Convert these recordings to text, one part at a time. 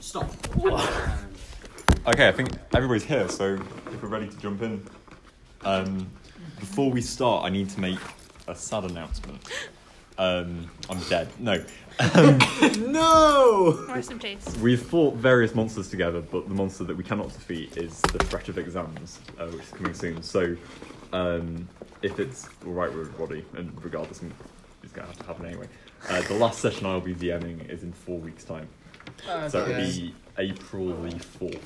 stop. Okay, I think everybody's here, so if we're ready to jump in. Um, before we start, I need to make a sad announcement. Um, I'm dead. No. Um, no. Rest in peace. We've fought various monsters together, but the monster that we cannot defeat is the threat of exams, uh, which is coming soon. So, um, if it's alright with everybody, and regardless, it's going to have to happen anyway, uh, the last session I'll be DMing is in four weeks' time. So it'll be April the 4th.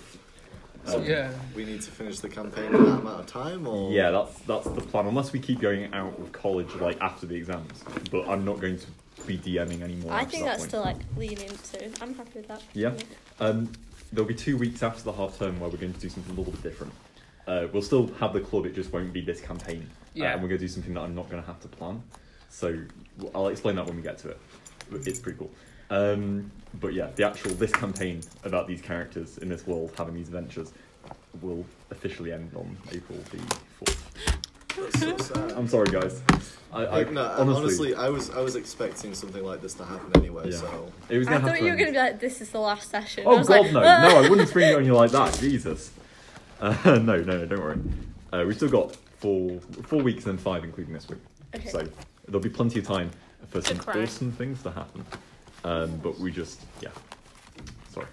Um, yeah. We need to finish the campaign in that amount of time, or Yeah, that's that's the plan. Unless we keep going out of college like after the exams, but I'm not going to be DMing anymore. I after think that that's point. still like lean into. I'm happy with that. Yeah. Um, there'll be two weeks after the half term where we're going to do something a little bit different. Uh, we'll still have the club. It just won't be this campaign. Uh, Yeah. and we're going to do something that I'm not going to have to plan. So w- I'll explain that when we get to it. But It's pretty cool. Um, but yeah, the actual this campaign about these characters in this world having these adventures will officially end on April the fourth. That's so sad. I'm sorry, guys. I, I, Like, no, honestly, honestly, I was I was expecting something like this to happen anyway. Yeah. So it was I gonna thought happen. you were gonna be like, "This is the last session." I oh was God, like, no, "Ah." no! I wouldn't spring it on you like that, Jesus. Uh, no, no, no, don't worry. Uh, we've still got four, four weeks and five, including this week. Okay. So there'll be plenty of time for some cry. awesome things to happen. Um, but we just, yeah, sorry.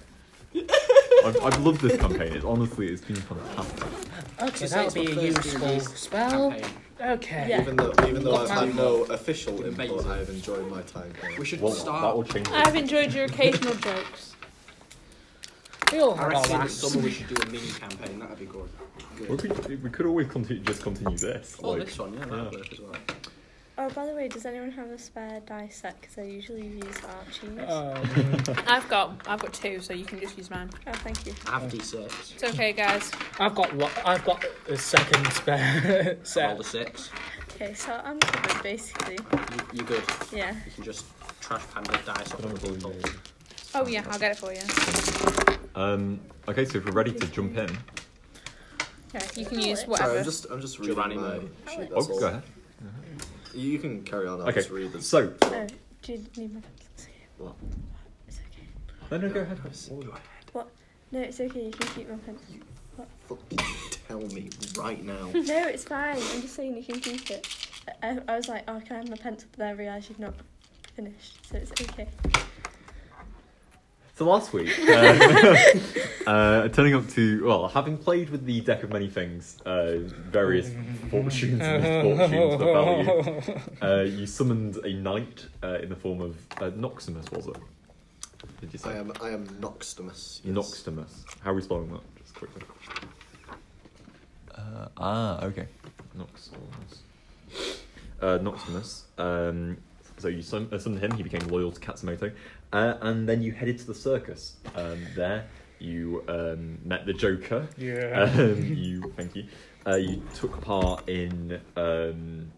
I've, I've loved this campaign. It honestly, it's been fantastic. Okay, So that it's would be my a first useful release spell. campaign. Okay. Yeah. even though even though I've had no official input, Amazing. I've enjoyed my time. Here. We should Well, that will start. change. I've enjoyed your occasional jokes. We'll I reckon in the relax. summer we should do a mini campaign. That'd be good. We could, we could always continue, just continue this. Oh, like- this one, yeah, yeah. that'd work as well. Oh, by the way, does anyone have a spare dice set? Because I usually use Archie's. Uh. Um, I've got I've got two, so you can just use mine. oh, thank you. I have D6. It's okay, guys. I've got one, I've got a second spare Roll the set. six. Okay, so I'm covered basically. You, you're good. Yeah. You can just trash pan the dice off the people. Oh yeah, I'll get it for you. Um, okay, so if we're ready to jump in, Yeah, you can use Sorry, I'm whatever. just I'm just reading Giovanni my Mode. sheet. oh, That's all. go ahead. You you can carry on. I'll Okay, just read this. so Oh, do you need my pencils? What? It's okay. no, no, go ahead. What? No, it's okay. You can keep my pencil. Fucking tell me right now. No, it's fine. I'm just saying you can keep it. I, I, I was like, oh, can I have my pencil? But then I realised you've not finished, so it's okay. So last week, uh, uh, turning up to well, having played with the deck of many things, uh, various fortunes and misfortunes that value, uh, you summoned a knight uh, in the form of uh, Noximus, was it? Did you say I am I am Noxtimus. yes. Noximus? How are we spelling that? Just quickly. Uh, ah, okay. Noximus. Uh, Noximus. Um, so you sum- uh, summoned him. He became loyal to Katsumoto, uh, and then you headed to the circus. Um, there, you um, met the Joker. Yeah. Um, you thank you. Uh, you took part in um,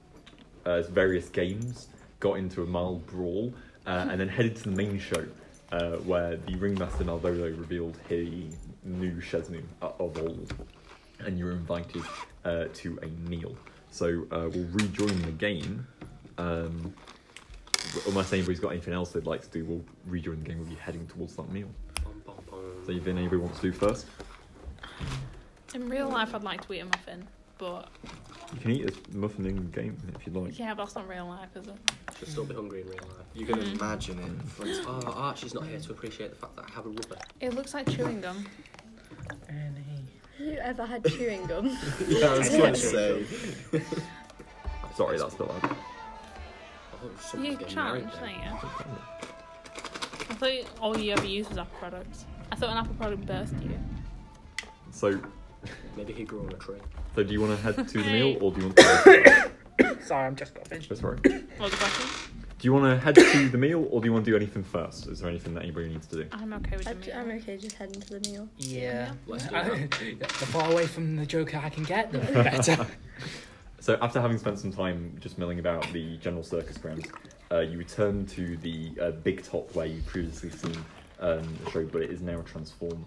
uh, various games, got into a mild brawl, uh, and then headed to the main show, uh, where the ringmaster Malvolo revealed he knew Chesnu of old, and you were invited uh, to a meal. So uh, we'll rejoin the game. Um, unless anybody's got anything else they'd like to do, we'll rejoin the game. We'll be heading towards that meal. Bum, bum, bum. So, anything anybody wants to do first? In real life, I'd like to eat a muffin, but You can eat this muffin in game if you'd like. yeah, but that's not real life, is it? Should still be hungry in real life. You can imagine it. Mm. ah, Friends. Oh, Archie's not here to appreciate the fact that I have a rubber. It looks like chewing gum. Any- Have you ever had chewing gum? Yeah, I was Yeah. gonna say. Sorry, that's not loud. Oh, You someone's getting married challenge, there. don't you? I thought all you ever used was apple products. I thought an apple product burst you. So, Maybe he grew on a tree. so do you want to head to the meal or do you want to? Sorry, I'm just got finished. oh, sorry. Do What was the question? you want to head to the meal or do you want to do anything first? Is there anything that anybody needs to do? I'm okay with I'm, the I'm meal. okay just heading to the meal. Yeah. Let's do I- that. the far away from the Joker I can get, the better. So, after having spent some time just milling about the general circus grounds, uh, you return to the uh, big top where you previously seen um, the show, but it is now transformed.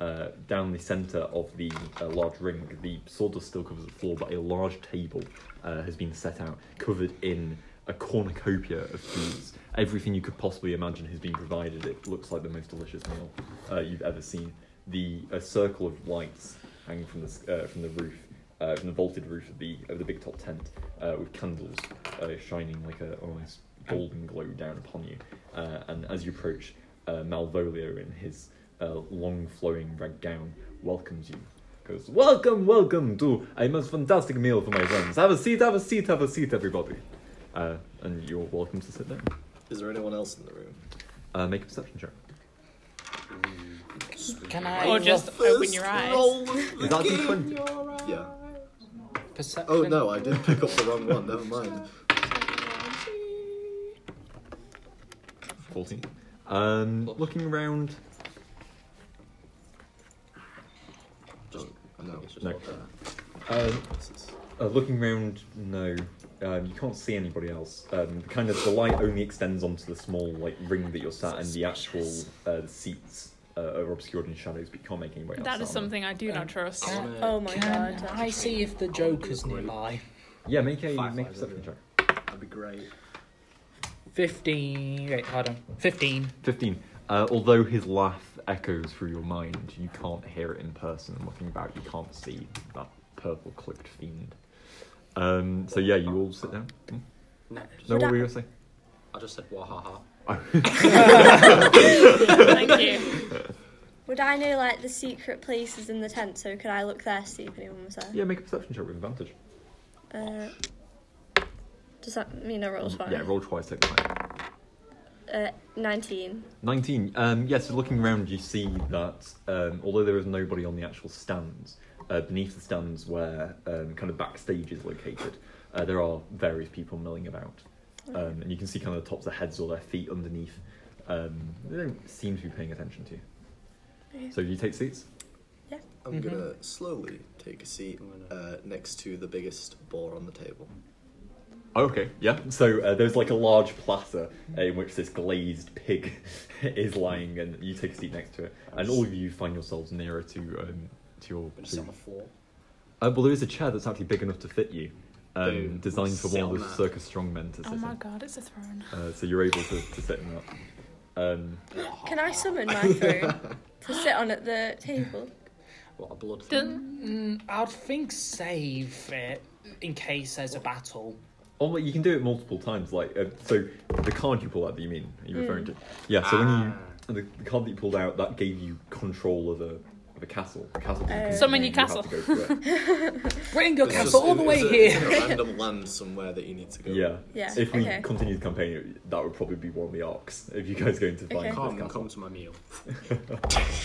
Uh, down the centre of the uh, large ring, the sawdust still covers the floor, but a large table uh, has been set out, covered in a cornucopia of foods. Everything you could possibly imagine has been provided. It looks like the most delicious meal uh, you've ever seen. The a circle of lights hanging from the s- uh, from the roof, uh, from the vaulted roof of the of the big top tent, uh, with candles uh, shining like a almost golden glow down upon you. Uh, and as you approach, uh, Malvolio in his uh, long flowing red gown welcomes you. Goes, welcome, welcome to a most fantastic meal for my friends. Have a seat, have a seat, have a seat, everybody. Uh, and you're welcome to sit down. Is there anyone else in the room? Uh, make a perception check. Can I Or just roll open your eyes. Is that D20? Yeah. perception? Oh no, I did pick up the wrong one. Never mind. 14. Um, looking around, Just no. It's just No. not there. um, Uh, This is- Uh, looking round, no, um, you can't see anybody else. Um, the kind of the light only extends onto the small like ring that you're sat, and the actual uh, seats uh, are obscured in shadows, but you can't make anybody else. That is out. something I do Um, not trust. can- Oh my Can god. I see if the Joker's nearby? Yeah, make a Fireflies make a perception check. everywhere. That'd be great. Fifteen. Wait, hold on. Fifteen. Fifteen. Uh, although his laugh echoes through your mind, you can't hear it in person. And looking about, you can't see that purple cloaked fiend. Um, so yeah, you all sit down. Hmm? No, just, No, Would what I- were you gonna say? I just said wahaha. Thank you. Would I know like the secret places in the tent? So could I look there to see if anyone was there? Yeah, make a perception check with advantage. Uh, does that mean I roll twice? Yeah, roll twice, take the high. Uh, nineteen. 19. Um, yes, so looking around, you see that um, although there is nobody on the actual stands, uh, beneath the stands where um, kind of backstage is located, uh, there are various people milling about. Um, and you can see kind of the tops of their heads or their feet underneath. Um, they don't seem to be paying attention to you. Okay. So do you take seats? I'm gonna slowly take a seat uh, next to the biggest boar on the table. Oh, okay, yeah. So uh, there's like a large platter uh, in which this glazed pig is lying, and you take a seat next to it. And all of you find yourselves nearer to um, to your. I'm gonna to- sit on the floor. Uh, well, there is a chair that's actually big enough to fit you, um, Boom. designed for Sit one of on the that. circus strongmen to sit Oh my in. god, it's a throne. Uh, so you're able to, to sit in that. Um, Can I summon my throne to sit on at the table? What a blood thing. Doesn't Mm, I'd think save it in case there's a battle. oh, you can do it multiple times. Like uh, so, the card you pull out that you mean Hmm. are you referring to? Yeah. So Ah. when you the, the card that you pulled out that gave you control of a of a castle. A castle. that you Oh. can- Summon you your have to castle. go through it. Bring your It's just- castle all it's the way a- here. It's a random land somewhere that you need to go. yeah. Yeah, If we okay. continue the campaign, it- that would probably be one of the arcs. If you guys go into find Okay. this Come, castle. come to my meal.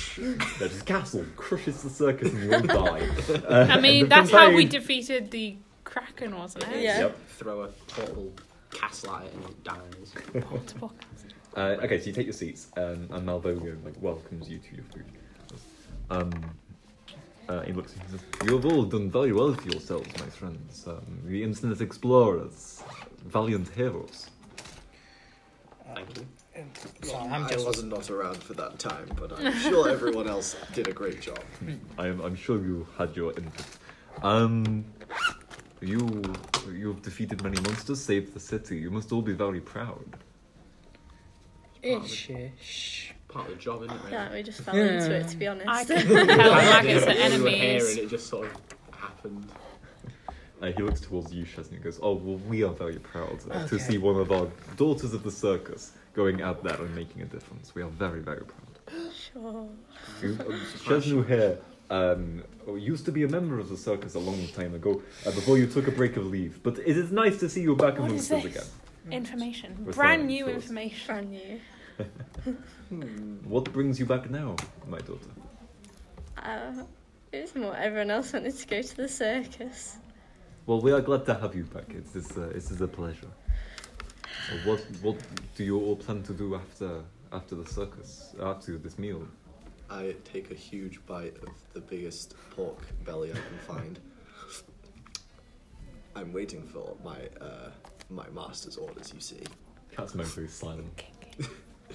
There's this castle crushes the circus and you all die. Uh, I mean, that's how we defeated the Kraken, wasn't it? Yeah. Yep. Throw a portable castle at it and it dies. Multiple cast. Uh, okay, so you take your seats, um, and Malvolio like welcomes you to your food. Um, uh, he looks at you and says, "You have all done very well for yourselves, my friends. Um, the internet explorers, valiant heroes. Thank you. Well, I'm I just- was not around for that time, but I'm sure everyone else did a great job. I am, I'm sure you had your input. Um, you, you've defeated many monsters, saved the city. You must all be very proud." Ish-ish. Part of the job, isn't it? Really? Yeah, we just fell into it to be honest. I can tell maggots We are were here enemies. and it just sort of happened. Uh, he looks towards you, Chesney, and goes, Oh, well, we are very proud uh, to Okay. see one of our daughters of the circus going out there and making a difference. We are very, very proud. sure. You- uh, Chesnu here um, used to be a member of the circus a long time ago uh, before you took a break of leave, but it is nice to see you back What amongst is us again. this? Information. What's Brand that? new Thoughts? information. Brand new. What brings you back now, my daughter? Uh, it was more everyone else wanted to go to the circus. Well, we are glad to have you back. It's, it's, uh, it is a pleasure. Uh, What, what do you all plan to do after, after the circus, after this meal? I take a huge bite of the biggest pork belly I can find. I'm waiting for my uh, my master's orders. You see, Cat's mostly silent.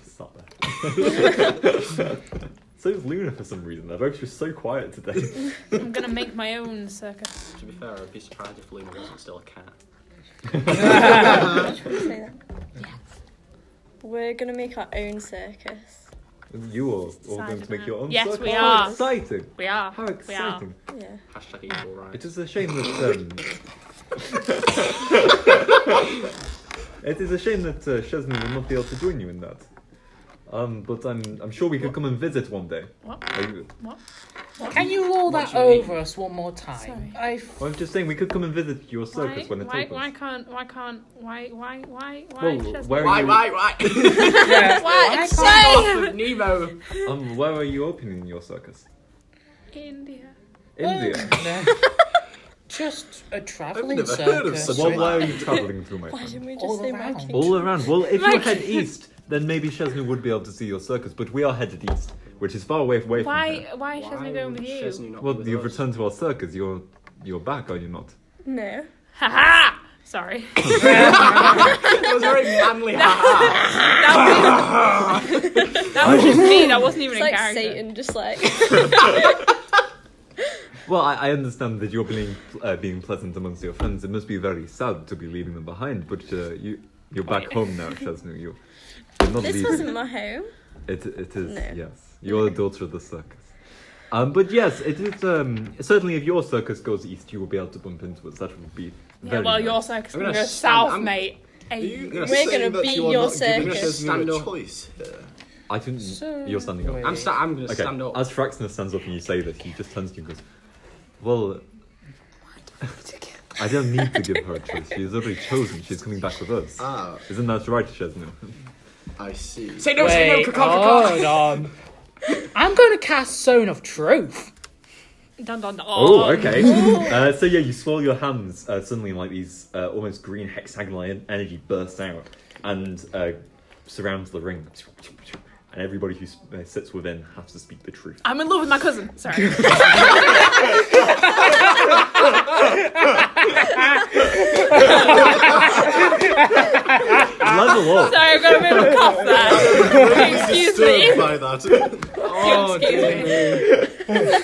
Sat there. so is Luna for some reason. They're both just so quiet today. I'm gonna make my own circus. To be fair, I'd be surprised if Luna wasn't still a cat. Say that. We're gonna make our own circus. You are all going to make your own Yes, circle. we How are. exciting! We are. How We are. exciting! Yeah. Hashtag equal rights. It is a shame that. Um, um, it is a shame that uh, Shesman will not be able to join you in that. Um, but I'm I'm sure we could come and visit one day. What? Are you- What? Can you roll What that do you mean? over us one more time? Sorry. I Well, I'm just saying we could come and visit your circus why, when it's why, open. why can't why can't why why why why Well, Chesney? where- Why, why, why? yeah. why Off with Nemo. Um, where are you opening your circus? India India. Just a traveling never circus. heard of such well, Sorry. why are you traveling through my Why friend? didn't we just All say around. Viking? All around. Well, if you Like- head east, then maybe Shesnu would be able to see your circus, but we are headed east, which is far away, away from why here. why is Chesney going would with you Chesney not be Well, with you've us? returned to our circus. You're, you're back, are you not? No. haha sorry That was very manly. ha-ha. that was just me that wasn't even a It's like character Satan, just like Well, I, I understand that you're being, uh, being pleasant amongst your friends. It must be very sad to be leaving them behind, but uh, you, you're back home now, Shesnu. You, you're not this leaving. wasn't my home. It it is No. yes. You're the daughter of the circus. Um, but yes, it is. Um, certainly, if your circus goes east, you will be able to bump into us. That would be yeah very well nice. your circus I'm can gonna go stand- south I'm- mate Are you We're gonna gonna beat your circus. Stand Stand a up. choice here. I didn't. You're standing up. Wait. I'm, sta- I'm gonna Okay. stand up. As Fraxner stands up and you say this, he just turns to you and goes, "Well, I don't need to give her a choice. She's already chosen. She's coming back with us. Ah, Isn't that right, Chesnu? I see. Say no, say no, Wait, Kakar, Kakar. hold on. I'm going to cast Zone of Truth. dun dun dun Oh, okay. uh, so yeah, you swirl your hands uh, suddenly, and, like these uh, almost green hexagonal en- energy bursts out and uh, surrounds the ring, and everybody who s- uh, sits within has to speak the truth. I'm in love with my cousin sorry Level Ah! up. sorry I've got a bit of a cough there excuse Disturbed me by that.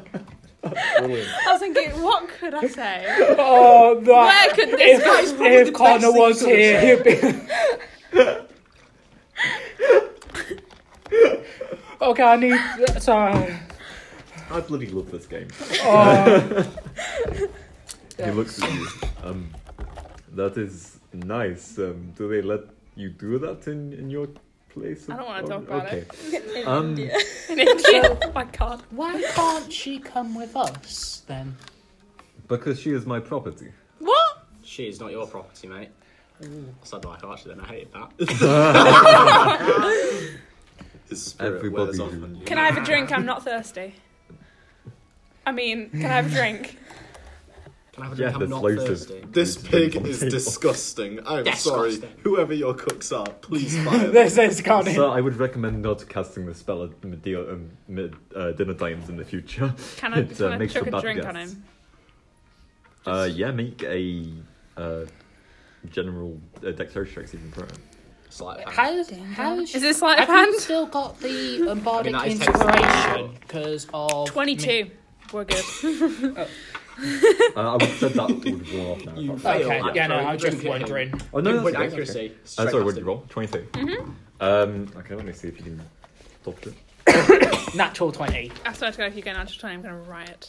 excuse me I was thinking what could I say Oh, that. where could this go If, if Connor was here, he'd be. okay, I need. uh, Sorry. I bloody love this game. Oh, He looks at you. Um, that is nice. Um, do they let you do that in, in your place? I don't wanna of- talk about okay. it. In Um, India. oh my god why can't she come with us then? Because she is my property. what She is not your property, mate. I said like "Oh, actually then I hate that. His spirit Everybody wears off who- on you. Can I have a drink? I'm not thirsty. I mean, can I have a drink? Can I have a Yeah, drink? I'm there's not loads of- thirsty. This pig on the is table. disgusting. I'm sorry. Disgusting. Whoever your cooks are, please fire them. This is Connor. So I would recommend not casting the spell at mid, um, mid uh, dinner times in the future. Can I, It, can uh, I makes chuck for a bad drink on guests. him? Uh, yeah, make a uh, general uh, dexterity check even for it. It's like How, how is, Is this sleight of have you hand? still got the um, bardic I mean, that is inspiration because of me- Twenty-two. We're good. Uh, I would have said that would roll off now. You fail. probably. oh, Okay, like, yeah, no, throwing I'm the drink just at him. wondering. Oh With no, that's okay, okay. accuracy. Uh, sorry, what did straight you roll? Twenty-two. Mm-hmm. Um, okay, let me see if you can top it. Natural 20. I swear to God, if you get an twenty, I'm gonna riot.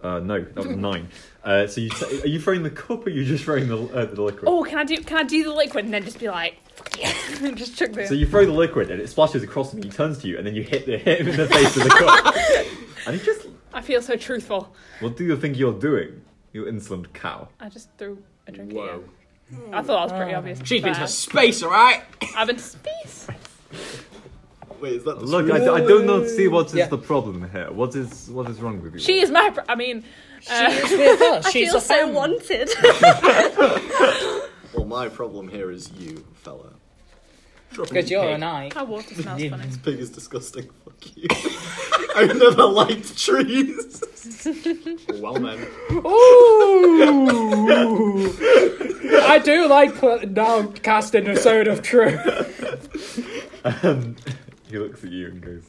Uh, no, that was nine. Uh, so you t- are you throwing the cup or are you just throwing the, uh, the liquid? Oh, can I do? Can I do the liquid and then just be like, and just chuck the? So you throw the liquid and it splashes across him. He turns to you and then you hit, the, hit him in the face with the cup. And he just, I feel so truthful. what do you think you're doing, you insolent cow? I just threw a drink. down. at Whoa. you. I thought that was pretty obvious. She's been but to space, alright? I've been to space. Wait, is that the Look, I, spirit? I do not see what is Yeah. the problem here. What is what is wrong with you? She is my. Pr- I mean, uh, She is with us. I She's feel a so fam. wanted. Well, my problem here is you, fella. Because you're an eye. my water smells funny. This pig is disgusting. Fuck you. I've never liked trees. Well then. Ooh! I do like put, now casting a sword of truth. Um, he looks at you and goes,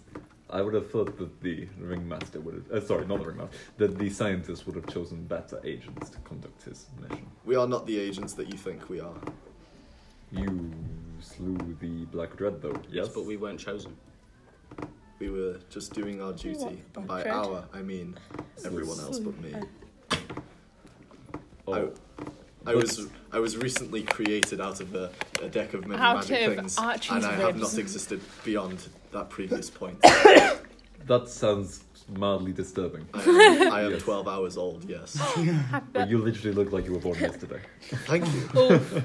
I would have thought that the ringmaster would have, uh, sorry, not the ringmaster, that the scientist would have chosen better agents to conduct his mission. We are not the agents that you think we are. You slew the Black Dread, though. Yes, but we weren't chosen. We were just doing our duty. want the And by bread. our, I mean everyone else but me. Oh, I was I was recently created out of a, a deck of many Out magic of things, Archie's and I have ribs. not existed beyond that previous point. that sounds mildly disturbing. I am, I am Yes. 12 hours old, yes. But you literally look like you were born yesterday. Thank you. Oof.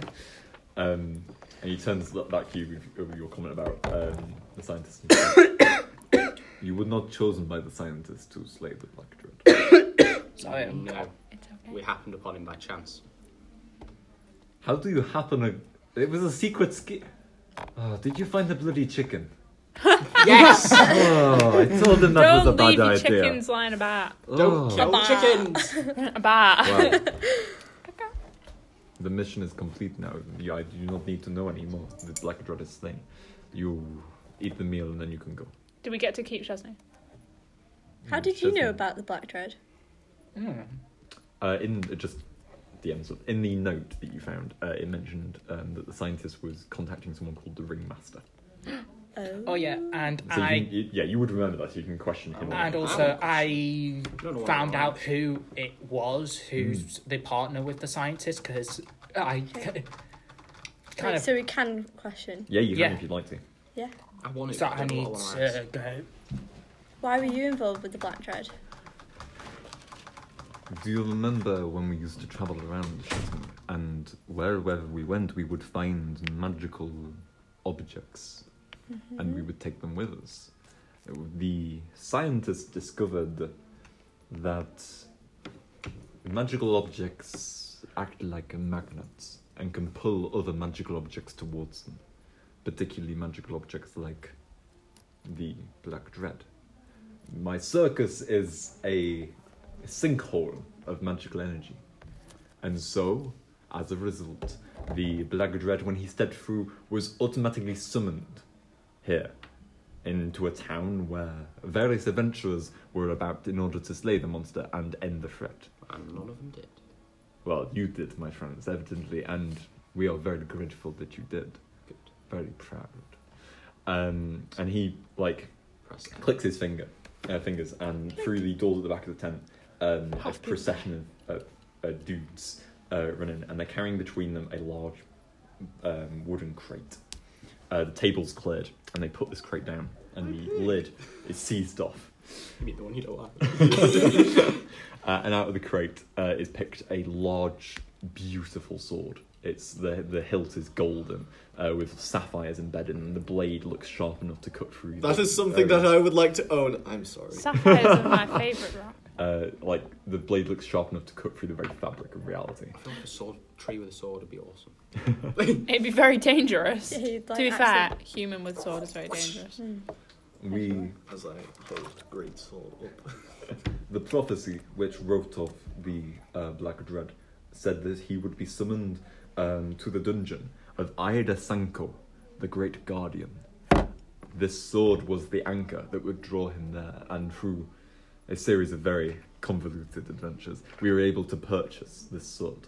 Um, and he turns that back to you with- with your comment about um, the scientist. you were not chosen by the scientist to slay the Black Druid. Sorry, I'm no, It's we okay. happened upon him by chance. How do you happen a? It was a secret ski. Oh, did you find the bloody chicken? Yes! Oh, I told him that was Don't a leave your bad idea. chickens lying about. Don't Oh. kill Bye-bye. chickens! About. Wow. the mission is complete now. You- I do not need to know anymore. The Black Dread is slain. You eat the meal and then you can go. Do we get to keep Chesney? How did you know Chesney. about the black dread? Uh, in uh, just the end of, in the note that you found, uh, it mentioned um, that the scientist was contacting someone called the Ringmaster. Oh, Oh yeah, and So I you can, you, yeah, you would remember that. So you can question him. on and that. also I Don't know why found I out who it was who's Hmm. the partner with the scientist because I kind Right, of so we can question. yeah, you can yeah. if you'd like to. Yeah. I want it. so I I don't know need what I wanna ask. to go. Why were you involved with the black dread? Do you remember when we used to travel around Shetland and wherever we went, we would find magical objects and we would take them with us? The scientists discovered that magical objects act like magnets and can pull other magical objects towards them, particularly magical objects like the Black Dread. My circus is a sinkhole of magical energy. And so, as a result, the Black Dread, when he stepped through, was automatically summoned here into a town where various adventurers were about in order to slay the monster and end the threat. And none of them did. Well, you did, my friends, evidently, and we are very grateful that you did. Good. Very proud. Um, and he, like, Press F. clicks his finger, uh, fingers, and through the doors at the back of the tent, um, a procession of uh, uh, dudes uh, run in, and they're carrying between them a large um, wooden crate. Uh, the table's cleared, and they put this crate down, and the lid is seized off. You mean the one you don't want. Uh, and out of the crate uh, is picked a large, beautiful sword. It's the the hilt is golden, uh, with sapphires embedded, and the blade looks sharp enough to cut through. That the- uh, is something that I would like to own. I'm sorry. Sapphires are my favourite rock. uh, like the blade looks sharp enough to cut through the very fabric of reality. I feel like a sword, tree with a sword would be awesome. It'd be very dangerous. Yeah, you'd, like, to be fair, accident- human with sword is very dangerous. We, As I hold great sword up. the prophecy which wrote off the uh, Black Dread, said that he would be summoned um, to the dungeon of Aida Sanko, the Great Guardian. This sword was the anchor that would draw him there, and through a series of very convoluted adventures, we were able to purchase this sword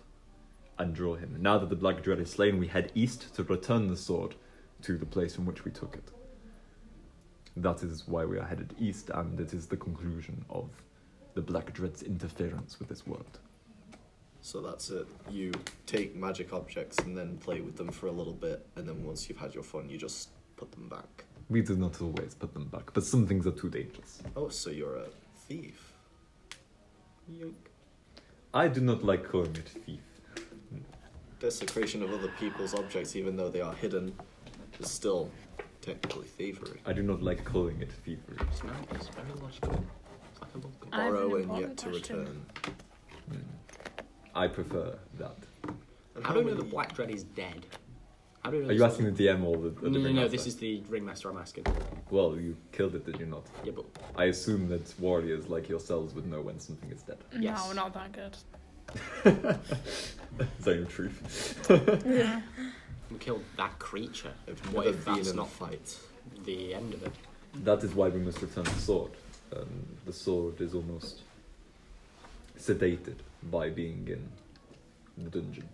and draw him. Now that the Black Dread is slain, we head east to return the sword to the place from which we took it. That is why we are headed east, and it is the conclusion of the Black Dread's interference with this world. So that's it. You take magic objects and then play with them for a little bit, and then once you've had your fun, you just put them back. We do not always put them back, but some things are too dangerous. Oh, so you're a thief. Yoink. I do not like calling it thief. Desecration of other people's objects, even though they are hidden, is still technically thievery. I do not like calling it thievery. It's nice. It's very logical. It's like a book. I have an Borrow and yet important to question. return. I prefer that. And How do we know many- the Black Dread is dead? How do we know Are you asking the DM or the, or the No, no, no, ringmaster? this is the ringmaster I'm asking. Well, you killed it, did you not? Yeah, but I assume that warriors like yourselves would know when something is dead. Yes. No, we're not that good. Zone of truth. we killed that creature. I've What never if been that's in a not fight. the end of it? That is why we must return the sword. Um, the sword is almost sedated by being in the dungeon.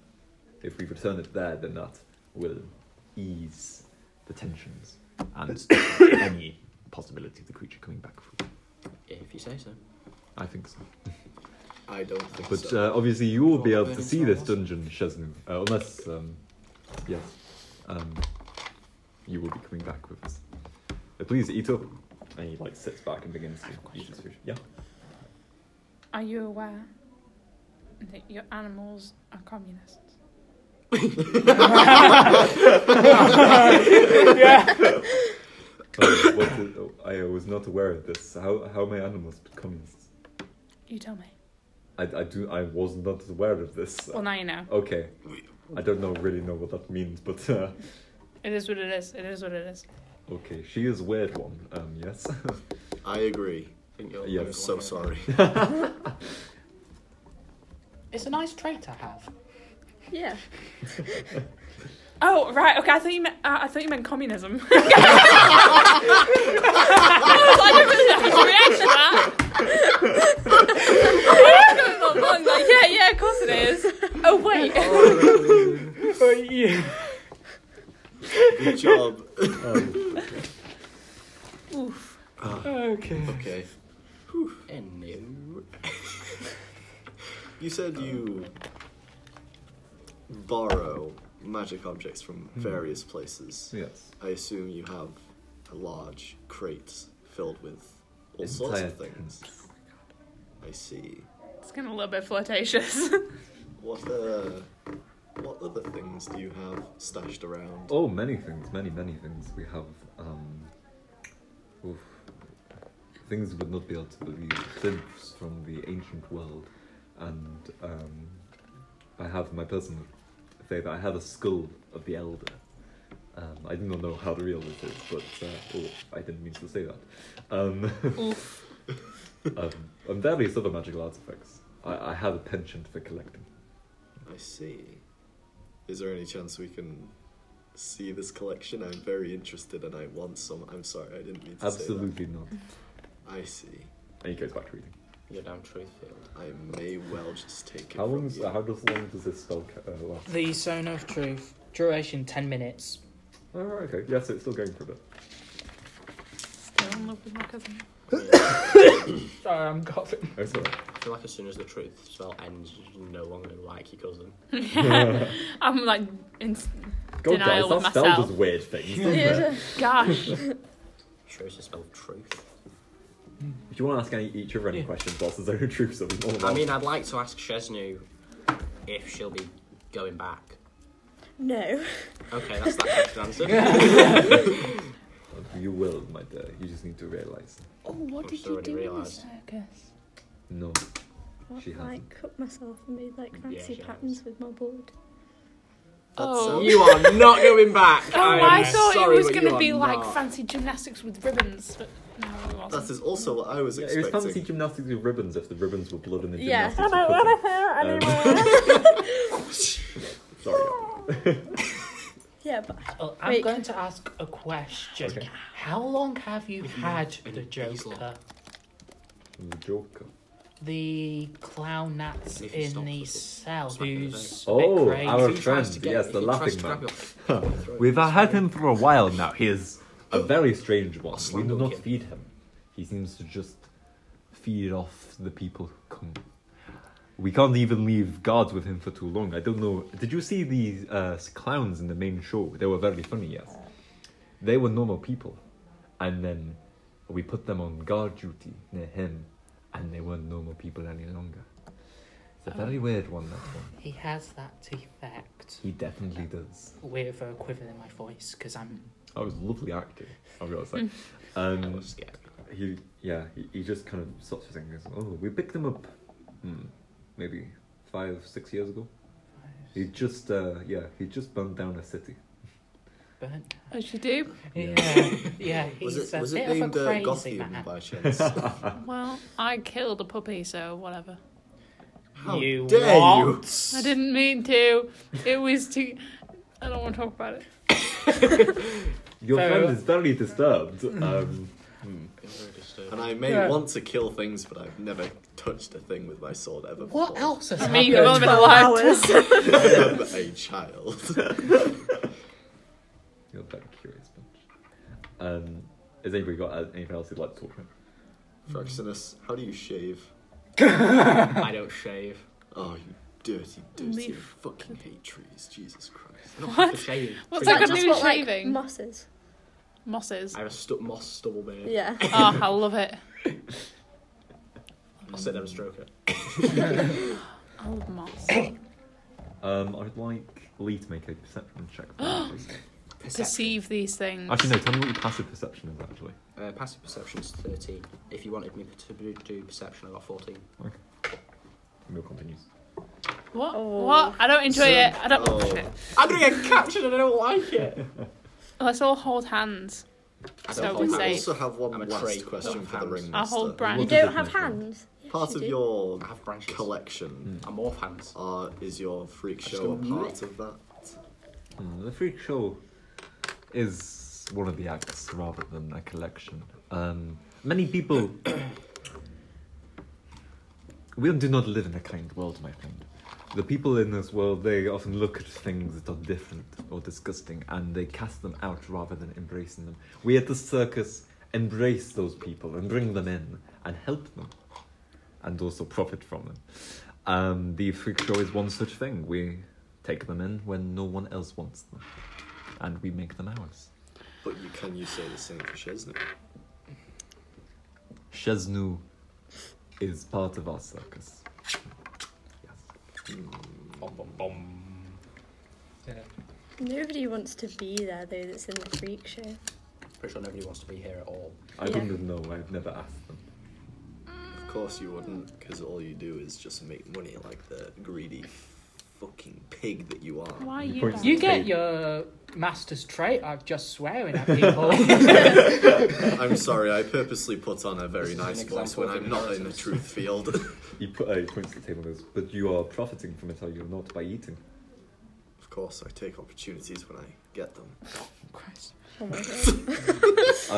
If we return it there, then that will ease the tensions and stop any possibility of the creature coming back. For If you say so. I think so. I don't think But so. uh, obviously, you will be Well, able to burning see this trials. dungeon, Shaznu, uh, unless, um, yes, um, you will be coming back with us. Uh, please eat up. And he like sits back and begins to eat his food. Yeah. Are you aware that your animals are communists? Uh, what the- oh, I was not aware of this. How how may animals become? ins- You tell me. I I do I was not aware of this. Well, now you know. Okay. I don't know really know what that means, but uh, It is what it is. It is what it is. okay, she is a weird one. Um, yes. I agree. I think you'll- Yeah. I'm so sorry. It's a nice trait to have. Yeah. Oh right, okay. I thought you meant. Uh, I thought you meant communism. I was like, I didn't really have a reaction to that. I was going along, along, like, yeah, yeah, of course it is. Oh wait, Good job. Oof. Okay. Okay. Anywho. You said you borrow magic objects from various places. yes. I assume you have a large crate filled with all sorts Entire of things. I see. it's getting a little bit flirtatious. What uh, what other things do you have stashed around? Oh, many things, many, many things. We have um, oof, things you would not be able to believe. Things from the ancient world, and um, I have my personal favourite. I have a skull of the elder. Um, I do not know how real this is, but uh, oh, I didn't mean to say that. Um, Oof. um, and various other magical artifacts. I, I have a penchant for collecting. I see. Is there any chance we can see this collection? I'm very interested and I want some. I'm sorry, I didn't mean to Absolutely not. say that. I see. And he goes back to reading. You're damn truthful. I may well just take it. How from long? Is, you. how does long does this spell ca- uh, last? The Zone of Truth. Duration 10 minutes. Oh, right, okay. Yeah, so it's still going oh, for a bit. Still in love with my cousin. Sorry, I'm coughing. Oh, sorry. I feel like as soon as the truth spell ends, you're no longer gonna like your cousin. I'm like in God, Denial guys, with that spell myself. does weird things, doesn't yeah. it? gosh. Sure, it's a spell of truth. If you want to ask any, each other any Yeah. questions whilst there's no troops, that we all I about. mean, I'd like to ask Shesnu if she'll be going back. No. Okay, that's that question answered. you will, my dear. You just need to realise. Oh, what I've did you already do in the realised. circus? No. What, She hasn't. like cut myself and made like Yeah, fancy she has. patterns with my board. Oh. um, you are not going back. Oh, I, am I thought sorry, it was but going you to are be like not. fancy gymnastics with ribbons, but no, it wasn't. That is also what I was Yeah, it was expecting. fancy gymnastics with ribbons if the ribbons were blood and the Yeah. gymnastics were pudding. Sorry. Yeah, but Oh, I'm Wait, going to ask a question. Okay. How long have you had been the in these Joker? The Joker. The clown that's If he in stops the us, cell smack him in the who's face. a bit Oh, crazy. our If he tries to friend, get- yes, if the he tries laughing to grab man. your- I'll throw We've him. had him for a while now. He is a very strange one. We slam do dunk not him. feed him. He seems to just feed off the people who come. We can't even leave guards with him for too long. I don't know. Did you see these uh, clowns in the main show? They were very funny, yes. They were normal people. And then we put them on guard duty near him, and they weren't normal people any longer. It's a very weird one, that one. He has that effect. He definitely does. With a quiver in my voice, because I'm. That was lovely acting, I've got to say. Um, That was scary. he yeah he, he just kind of stops for a second and goes oh we picked him up hmm, maybe five six years ago he just uh yeah he just burned down a city Burnt. As you Oh, do. Yeah, yeah. He's was it, a was bit it named of a uh, crazy Gothium man. by chance? Well, I killed a puppy, so whatever. How You dare what? you? I didn't mean to. It was too. I don't want to talk about it. your Fair friend enough. is very disturbed um And I may Yeah. want to kill things, but I've never touched a thing with my sword ever before. What else has I happened? mean, you've only been alive hours. I am a child. You're a very curious bunch. Um, has anybody got uh, anything else they'd like to talk about? Fraxinus, how do you shave? I don't shave. Oh, you dirty, dirty. Leaf. I fucking hate trees. Jesus Christ. I'm not what? shaving. What's Trees. that got to do with like, shaving? mosses. Mosses. I have a stu- moss stubble beard. Yeah. Oh, I love it. I'll sit there and stroke it. I love moss. Um, I'd like Lee to make a perception check. For me, please. Perceive these things. actually, no. Tell me what your passive perception is. Actually, Uh, passive perception's 13. If you wanted me to do- do perception, I got 14. meal continues. What? Oh. What? I don't enjoy So- it. I don't. Oh. Shit. I'm gonna get captured and I don't like it. Let's all hold hands. I So don't we hold I say- hands. also have one I'm a last tree. question Don't for the hands. ringmaster. I'll hold Brian. You What does don't it have make them? hands. Yes, Part you of do. your I Mm. have branches. collection I'm off hands. are is your freak just show a don't- part of that? Mm, the freak show is one of the acts rather than a collection. Um, many people. we do not live in a kind world, my friend. The people in this world, they often look at things that are different or disgusting and they cast them out rather than embracing them. We at the circus embrace those people and bring them in and help them and also profit from them. Um, the freak show is one such thing. We take them in when no one else wants them, and we make them ours. But you can you say the same for Chesney? Chesnu is part of our circus. Yes. Nobody wants to be there though. That's in the freak show. Pretty sure nobody wants to be here at all. I Yeah. wouldn't know. I've never asked them. Of course you wouldn't, because all you do is just make money like the greedy fucking pig that you are. Why are You you? point- guys- You get your master's trait of just swearing at people. I'm sorry, I purposely put on a very This is an nice voice example when of I'm not in the inheritance. truth field. He, put, uh, he points to the table and goes, "But you are profiting from it, are you not? By eating." of course, I take opportunities when I get them. Christ. Oh my god.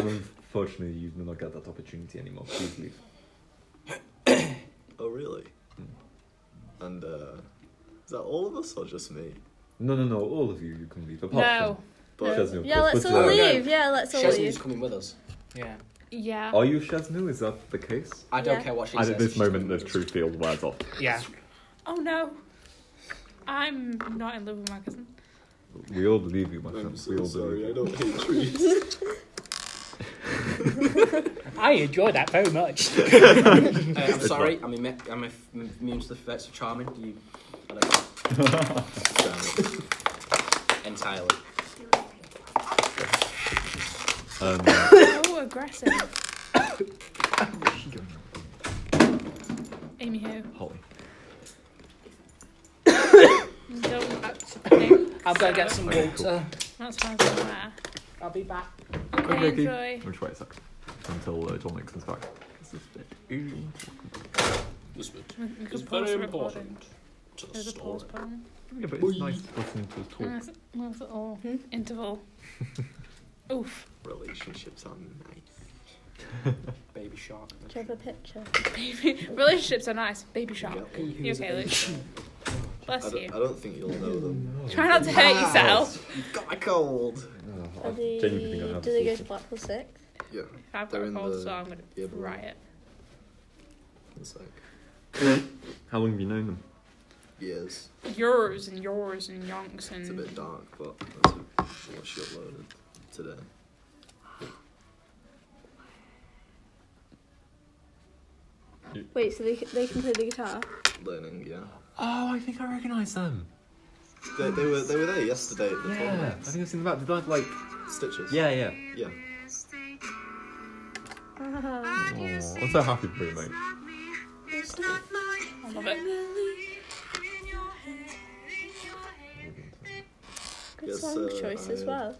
And unfortunately, you do not get that opportunity anymore. Please leave. Oh, really? And, uh, is that all of us or just me? No, no, no. All of you, you can leave. Apart No. But Chesnu, of yeah, course, let's but, all uh, leave. Yeah, let's all Chesney's leave. coming with us. yeah. Yeah. Are you Chesnu? Is that the case? I don't Yeah. care what she And says. at this she's moment, coming the with us. truth field wears off. Yeah. Oh no. I'm not in love with my cousin. We all believe you, my I'm friend. so we all sorry, I believe don't hate trees. I enjoy that very much. Uh, I'm sorry, I'm, imme- I'm iff- immune to the effects of charming. You, I don't Damn it. entirely. you. Um, so aggressive. Amy who? Holly. Don't think I'm gonna get so. some Okay, water. cool. That's fine somewhere. I'll be back. Okay, enjoy. Which way it sucks. Until uh, John Link comes back. This is a bit urgent. This bit We could is pause very the recording. important to the There's a story. pause button. Mm, Yeah, but it's nice listening to us Ah, talk. Nice, nice little interval. Oof. Relationships are nice. Baby shark. Do you have a picture? Baby, relationships are nice. Baby Yeah. shark. I You okay, Luke? Bless don't, I you. don't think you'll know them. Try not to hurt Wow. yourself. You've got a cold. Oh, Are I they, genuinely think I do have they go this to Blackpool Six? Yeah, I've got They're a in cold, the- so I'm gonna yeah, but- riot. it's like How long have you known them? years. Yours and yours and yonks It's a and bit dark, but that's what she uploaded today. Wait, so they, they can play the guitar? Learning, yeah. Oh, I think I recognise them. They, they were they were there yesterday at the Yeah, I tournament. think I've seen them out. Did I like? Stitches. Yeah, yeah. Yeah. Ah, Oh, I'm so happy for you, mate. it's not I love it. good Yes, song uh, choice as I- well.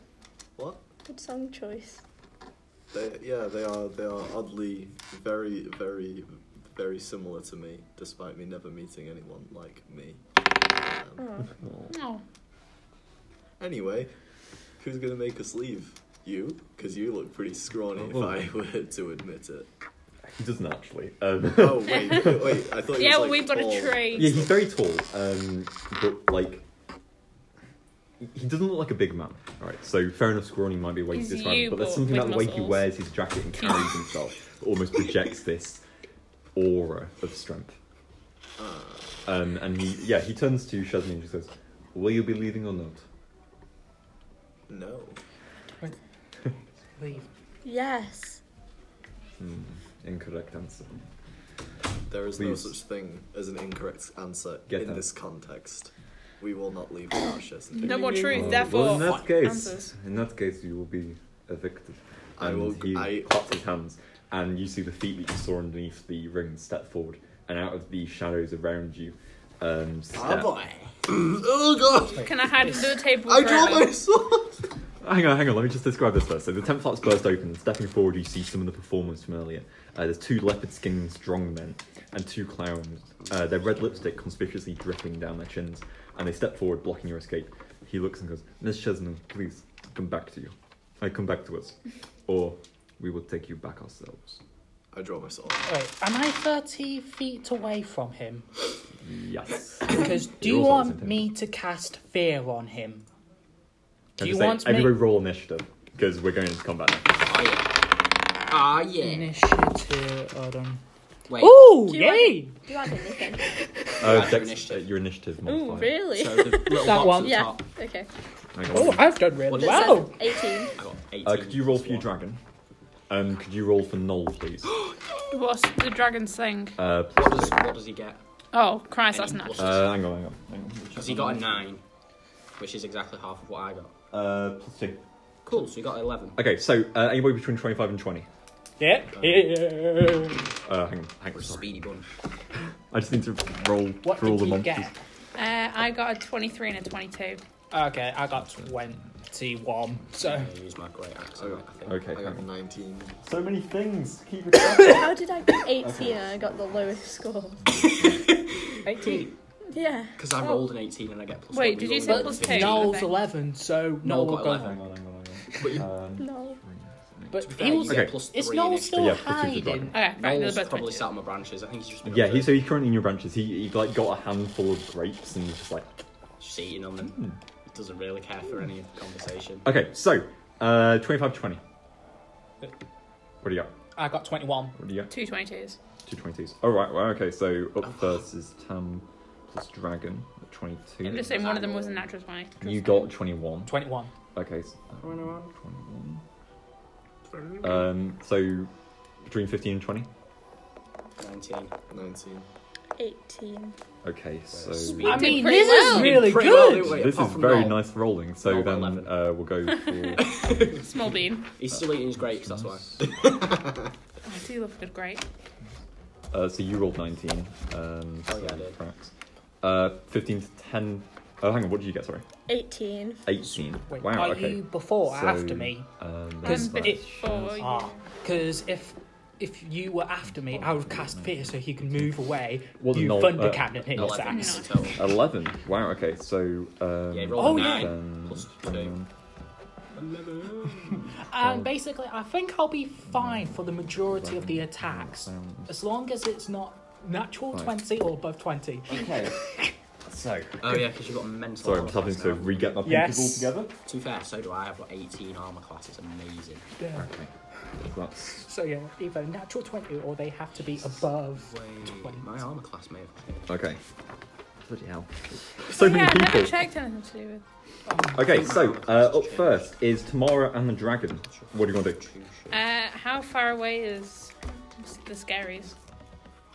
What? Good song choice. They, yeah, they are they are oddly very very very similar to me, despite me never meeting anyone like me. Um, Oh. No. anyway, who's gonna make us leave? You? Because you look pretty scrawny if Oh. I were to admit it. He doesn't actually. Um, Oh, wait, wait, I thought you Yeah, was, like, we've got a tall. tree. yeah, he's very tall, um, but like he doesn't look like a big man. All right, so fair enough, scrawny might be a way He's to describe him, you, but there's but something with about the way he muscles. wears his jacket and carries himself that almost projects this aura of strength. Uh. Um, and he, yeah, he turns to Shazmi and just goes, "Will you be leaving or not?" No. Leave. Yes. Hmm, incorrect answer. There is Please. no such thing as an incorrect answer Get in that. this context. We will not leave without Shazam. No more Uh, Oh, truth, well, therefore. in that case, answers. in that case, you will be evicted. I And will- He I- claps his hands, and you see the feet that you saw underneath the ring step forward, and out of the shadows around you, um, Ah, step. boy. oh god! Can I hide under the table? I forever? got my sword! Hang on, hang on. Let me just describe this first. So the tent flaps burst open, and stepping forward, you see some of the performers from earlier. Uh, there's two leopard-skinned strongmen and two clowns. Uh, their red lipstick conspicuously dripping down their chins, and they step forward, blocking your escape. He looks and goes, "Miss Chesney, please come back to you. I come back to us, or we will take you back ourselves." I draw my sword. Wait, am I 30 feet away from him? Yes. Because do you also want isn't it? me to cast fear on him? Do I'm you just saying, want me everybody roll initiative because we're going into combat now. Ah, yeah. Ah, yeah. initiative? Hold on. Wait. Ooh, Do you yay! Do I do anything? Uh, Add your dex- initiative. uh, your initiative Ooh, modifier. really? So the little That box one. at the yeah. top. Okay. Hang on. Oh, I've done What really is That well. says 18. I got 18. Uh, could you roll for your Swan. dragon? Um, could you roll for Null, please? What's the dragon thing? Uh, What does, what does he get? Oh, Christ, that's Any not. plus- uh, hang on, hang on, hang on. Because he got a 9, which is exactly half of what I got. Uh, plus two. Cool, so you got 11. Okay, so uh, anybody between twenty-five and twenty. Yeah. yeah. Uh, hang on, hang on. We're a Sorry. speedy bunch. I just need to roll What for all did the you monsters. get? Uh, I got a 23 and a 22. Okay, I got 21. So, I use my great axe, I got- I think. Okay, I hang got on. 19. So many things. Keep it. How did I get 18 and I got the lowest score? 18. Yeah. Because I rolled an 18 and I get plus Wait, one, did you you rolled say an plus 15. two? Noel's Okay. 11, so Noel Noel will got go. 11. hang on, hang on, But hang you- on. Um, No. But To be fair, he you was. get Okay. plus Is three Noel in still Yeah, plus two to the hiding? Okay, right, they're Noel's both probably 22. sat on my branches. I think he's just been yeah, up he, there, so he's currently in your branches. He, he like got a handful of grapes and he's just like, just eating on Hmm. them. He doesn't really care for any of the conversation. okay, so uh, twenty-five, twenty. What do you got? I got 21. What do you got? Two 22s. Two twenties. All right. Well, okay. So Oh. up first is Tam plus Dragon at twenty-two. Mm. I'm just saying one of them was a natural 20. You got twenty-one. 21. Okay. So, twenty-one. Um. So between fifteen and twenty. 19. 19. 18. Okay. So Speed. I did mean, pretty this well. is really Pretty well, good. didn't we? this Apart is from very Noel. nice rolling. So Noel got then 11. uh, we'll go for. Small bean. He's still eating his grapes, that's why. Oh, I do love a good grape. Uh, so you rolled nineteen. Um. Oh, yeah, I so did. cracks. Uh, fifteen to ten. Oh, hang on. What did you get? Sorry, 18. eighteen. Wait, wow. are okay. you before or So, after me? Um, Because that's- it- Oh, yeah. Ah, because if if you were after me, I would cast fear so he can move away. Well, you no, thunder uh, cannon him with 11 axe. in total. 11. Wow, okay, so. Um, Yeah, roll Oh, a yeah. 9 then- plus hang 2. on. And Um, basically, I think I'll be fine for the majority of the attacks, as long as it's not natural Five. twenty or above twenty. Okay. so. Oh, yeah, because you've got a mental. Sorry, I'm armor just having class to now. re get my Yes. pieces all together. To be fair, so do I. I've got 18 armor class. It's amazing. Yeah. Okay. That's. So yeah, either natural twenty or they have to be above. Wait, my armor class may have changed. Okay. Bloody hell. So many yeah, I never people. checked anything to do with Okay, so uh, up first is Tamara and the Dragon. What do you want to do? Uh, how far away is the scaries?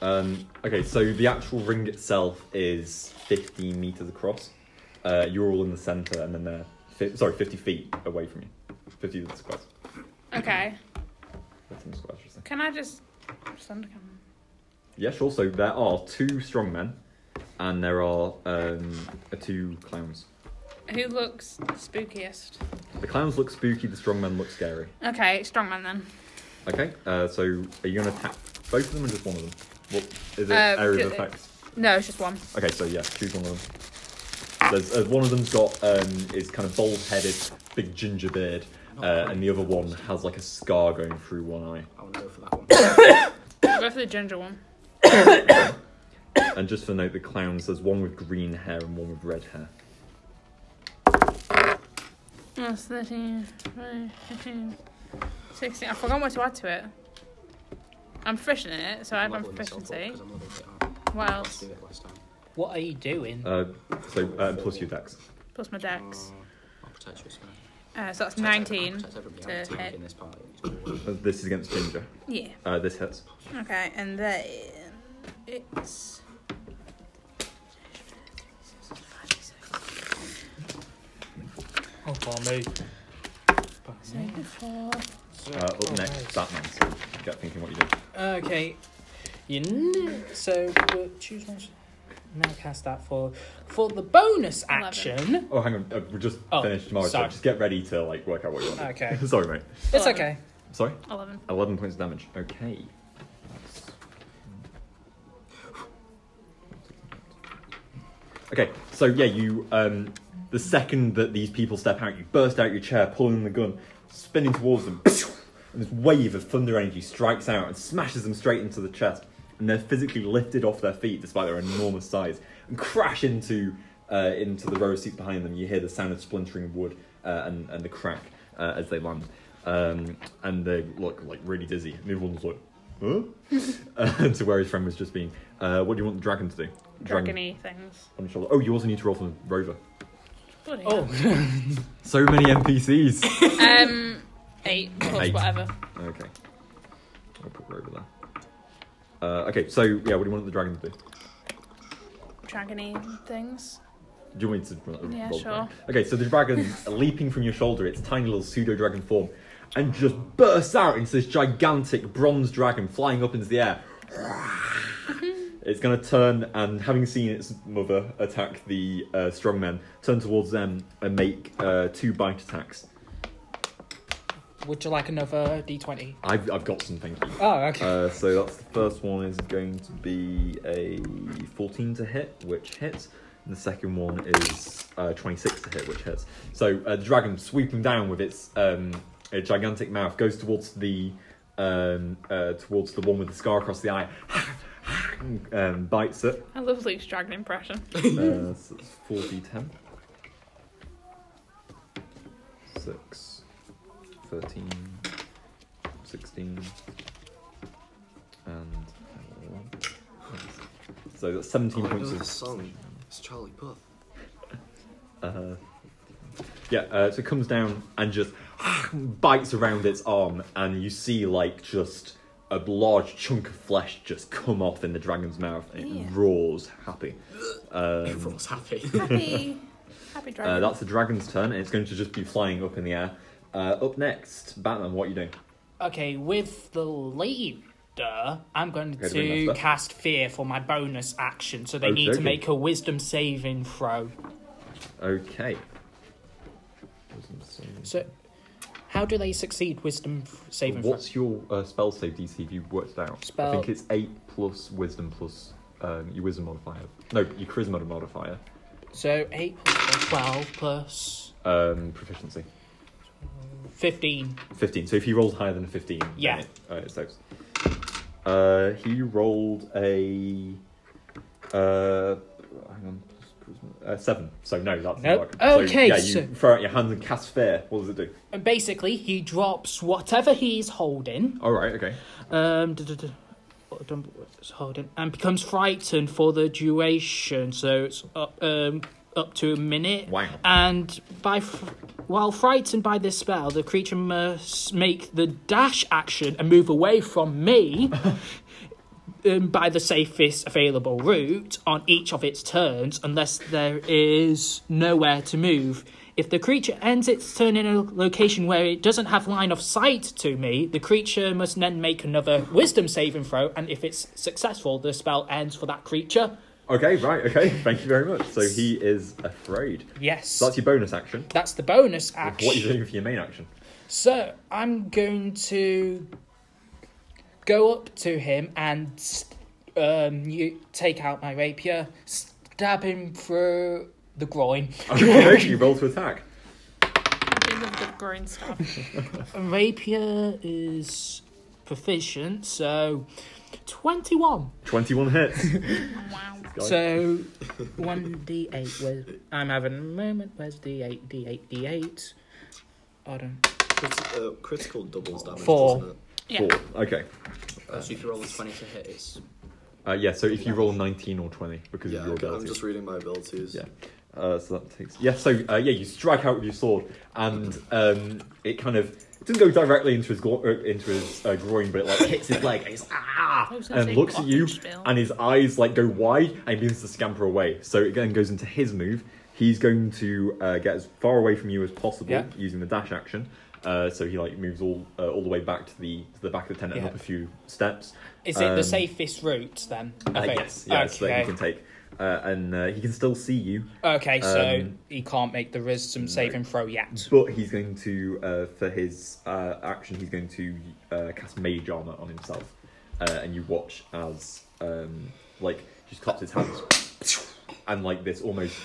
Um, okay, so the actual ring itself is 15 meters across. Uh, you're all in the center, and then they're. Fi- sorry, 50 feet away from you. 50 meters across. Okay. 15 squares, I should say. Can I just just undercam? Yeah, sure. So there are two strong men, and there are um, uh, two clowns. Who looks spookiest? The clowns look spooky. The strong men look scary. Okay, strongman then. Okay. Uh, so are you gonna attack both of them or just one of them? What is it? Uh, area of ju- effect. No, it's just one. Okay. So yeah, choose one of them. There's uh, one of them's got um, is kind of bald headed, big ginger beard, uh, and the other one has like a scar going through one eye. I want to go for that one. Go for the ginger one. And just for note, the clowns there's one with green hair and one with red hair. That's 13, 14, 15, 16. I forgot what to add to it. I'm proficient in it, so I have I'm my leveling myself up proficiency. 'cause I'm not a bit hard. What Let's else? do it last time. What are you doing? Uh, so uh, plus your dex. Plus my dex. I'll protect you. it's fine. Uh, so that's Protect everyone, 19. protect everybody. to I'm tank hit. in this party. It's cool. Uh, This is against Ginger. Yeah. Uh, this hits. Okay, and then it's. Oh, for me. Uh, Oh, up next, Batman. So get thinking what you do. Okay. You kn- so we'll choose one. Now cast that for for the bonus Eleven. action. Oh, hang on. Uh, we just Oh, finished tomorrow, so sorry. just get ready to like work out what you want. to Okay. do. sorry, mate. It's Eleven. okay. Sorry. 11. Eleven points of damage. Okay. Okay, so yeah, you um, the second that these people step out, you burst out your chair, pulling the gun, spinning towards them, and this wave of thunder energy strikes out and smashes them straight into the chest, and they're physically lifted off their feet despite their enormous size, and crash into uh, into the row of seats behind them. You hear the sound of splintering wood uh, and and the crack uh, as they land, um, and they look like really dizzy. And everyone's like, huh? uh, to where his friend was just being. Uh, what do you want the dragon to do? Dragony things. on your shoulder. Oh, you also need to roll for the rover. Bloody Oh, hell. So many NPCs. Um, 8 plus Eight. whatever. okay. I'll put rover there. Uh, okay, so yeah, what do you want the dragon to do? Dragony things. Do you want me to roll? Yeah, roll sure. for it? Okay, so the dragon leaping from your shoulder, its tiny little pseudo dragon form, and just bursts out into this gigantic bronze dragon flying up into the air. It's going to turn and, having seen its mother attack the uh, strongmen, turn towards them and make uh, two bite attacks. would you like another D20? I've, I've got some, thank you. Oh, okay. Uh, so that's the first one is going to be a 14 to hit, which hits. And the second one is uh, 26 to hit, which hits. So uh, the dragon sweeping down with its um, uh, gigantic mouth goes towards the um, uh, towards the one with the scar across the eye, um, bites it. I love Luke's dragon impression. Uh, so it's 4d10. 6, 13, 16, and 11. So that's 17 Oh, I know points Um, of. this song. It's Charlie Puth. Uh, yeah, uh, so it comes down and just bites around its arm, and you see like just a large chunk of flesh just come off in the dragon's mouth, and it Yeah. roars happy. Um, Everyone's happy. Happy. Happy dragon. Uh, that's the dragon's turn, and it's going to just be flying up in the air. Uh, up next, Batman, what are you doing? Okay, with the leader, I'm going Okay, bring that Oh, to back. cast fear for my bonus action, so they Okey need to dokey. make a wisdom saving throw. Okay. So, how do they succeed wisdom f- saving throw? What's your uh, spell save DC? Have you worked it out? I Spell- think it's 8 plus wisdom plus um, your wisdom modifier. No, your charisma modifier. So, 8 plus 12 plus Um, proficiency. 15. 15. So if he rolls higher than a 15, then Yeah. it, uh, it saves. Uh, he rolled a. Uh, hang on. Uh, seven. So no, that's Nope. not so, Okay, Yeah, you so- throw out your hands and cast fear. What does it do? And basically, he drops whatever he's holding, All right. Okay. um, duh, duh, duh, what dumb- what's holding, and becomes frightened for the duration. So it's up, um, up to a minute. Wow. And by f- while frightened by this spell, the creature must make the dash action and move away from me um, by the safest available route on each of its turns, unless there is nowhere to move. If the creature ends its turn in a location where it doesn't have line of sight to me, the creature must then make another wisdom saving throw, and if it's successful, the spell ends for that creature. Okay. Right. Okay. Thank you very much. So he is afraid. Yes. So that's your bonus action. That's the bonus action. What are you doing for your main action? So I'm going to go up to him and st- um, you take out my rapier, stab him through the groin. Okay. okay, you roll to attack. Happy with the growing stab. Rapier is proficient, so 21. 21 hits. wow. Guys. So 1d8. Where's, I'm having a moment. Where's d8? d8, d8. Hold on. Crit- uh, critical doubles damage, Four. doesn't it? Yeah. Four. Okay. Uh, so if you roll a 20 to hit, it's. Uh, yeah, so if you roll 19 or 20 because Yeah, of your okay, ability. I'm just reading my abilities. Yeah. Uh, so that takes yeah. So uh, yeah, you strike out with your sword, and um, it kind of it doesn't go directly into his glo- uh, into his uh, groin, but it like hits his leg. And he's ah, I was gonna and say looks at you, cottage bill. and his eyes like go wide, and he begins to scamper away. So it then goes into his move. He's going to uh, get as far away from you as possible Yeah. using the dash action. Uh, so he like moves all uh, all the way back to the to the back of the tent and Yeah. up a few steps. Is it Um, the safest route then? I Uh, think? yes, yes, that Okay. he can take, uh, and uh, he can still see you. okay, so um, he can't make the wisdom saving throw yet. But he's going to, uh, for his uh, action, he's going to uh, cast mage armor on himself, uh, and you watch as, um, like, just claps his hands, and like this almost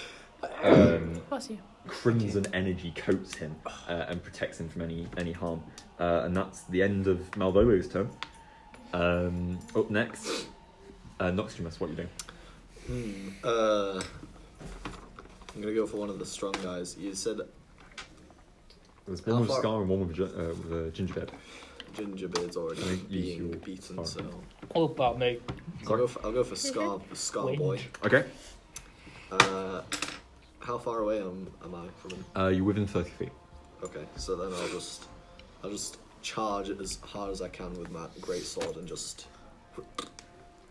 um, Bless you. crimson energy coats him uh, and protects him from any any harm. Uh, and that's the end of Malvolo's turn. Um, up next, uh, Noxtrimus, what are you doing? Hmm. Uh, I'm gonna go for one of the strong guys. You said There's one with a How far- scar and one with a, gi- uh, with a gingerbread. Gingerbeard's already Can I use being your beaten, arm? so Oh, pardon me. I'll go for, I'll go for Scar, Scar Boy. Wind. Okay, Uh, how far away am, am I from him? uh, you're within 30 feet. Okay, so then I'll just I'll just charge as hard as I can with my great sword and just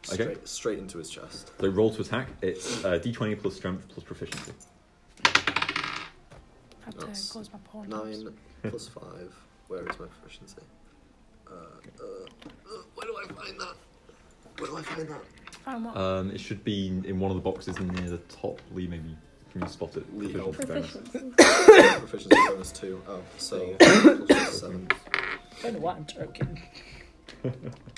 straight straight into his chest. So roll to attack. It's uh, d20 plus strength plus proficiency. Had to That's close my porn. Nine plus five. Where is my proficiency? Uh, uh, uh, where do I find that? Where do I find that? Found what? Um, it should be in in one of the boxes near the top. Lee, maybe can you spot it? Lee, help. Proficiency bonus. Proficiency. proficiency bonus two. Oh, so plus seven. don't know why I'm joking.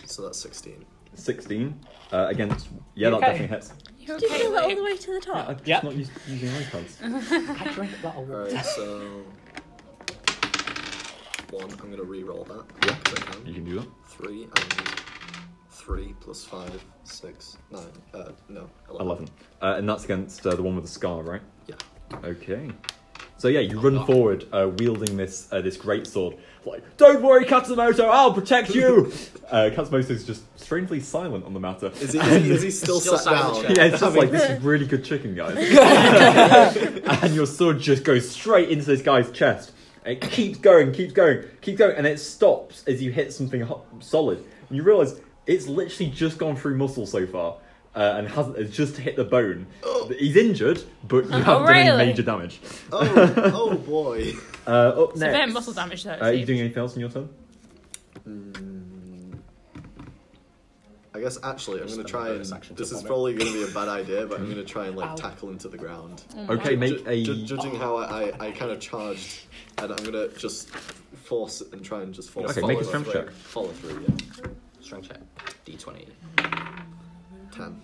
So that's sixteen. Sixteen uh, against. Yeah, You that okay? definitely hits. You Did you okay? go all the Luke? way to the Yeah, top? I'm Yeah. just not used to using iPads. I drank a lot of All water. right, so one. I'm gonna re-roll that. Yeah. 'cause I can. You can do that. Three and three plus five, six, nine. Uh, no, eleven. Eleven, uh, and that's against uh, the one with the scar, right? Yeah. Okay. So yeah, you run forward, uh, wielding this uh, this great sword. Like, don't worry, Katsumoto, I'll protect you. uh, Katsumoto's just strangely silent on the matter. Is he, is he, is he still, Still sat sat in the down? chair. Yeah, it's just like this is really good chicken, guys. and your sword just goes straight into this guy's chest. It keeps going, keeps going, keeps going, and it stops as you hit something ho- solid. And you realize it's literally just gone through muscle so far, uh, and hasn't it's just hit the bone. He's injured, but you haven't done any really? major damage. Oh, oh boy. Uh, up So next, then muscle damage though. Uh, are you see? doing anything else in your turn? I guess actually I'm gonna try and bonus action to this is vomit. probably gonna be a bad idea, but I'm gonna try and like tackle him to the ground. Okay, Ju- make a ju- judging how I, I, I kind of charged, and I'm gonna just force it and try and just force. Okay, follow make a strength through. check. Follow through, yeah. Strength check. D20. Ten.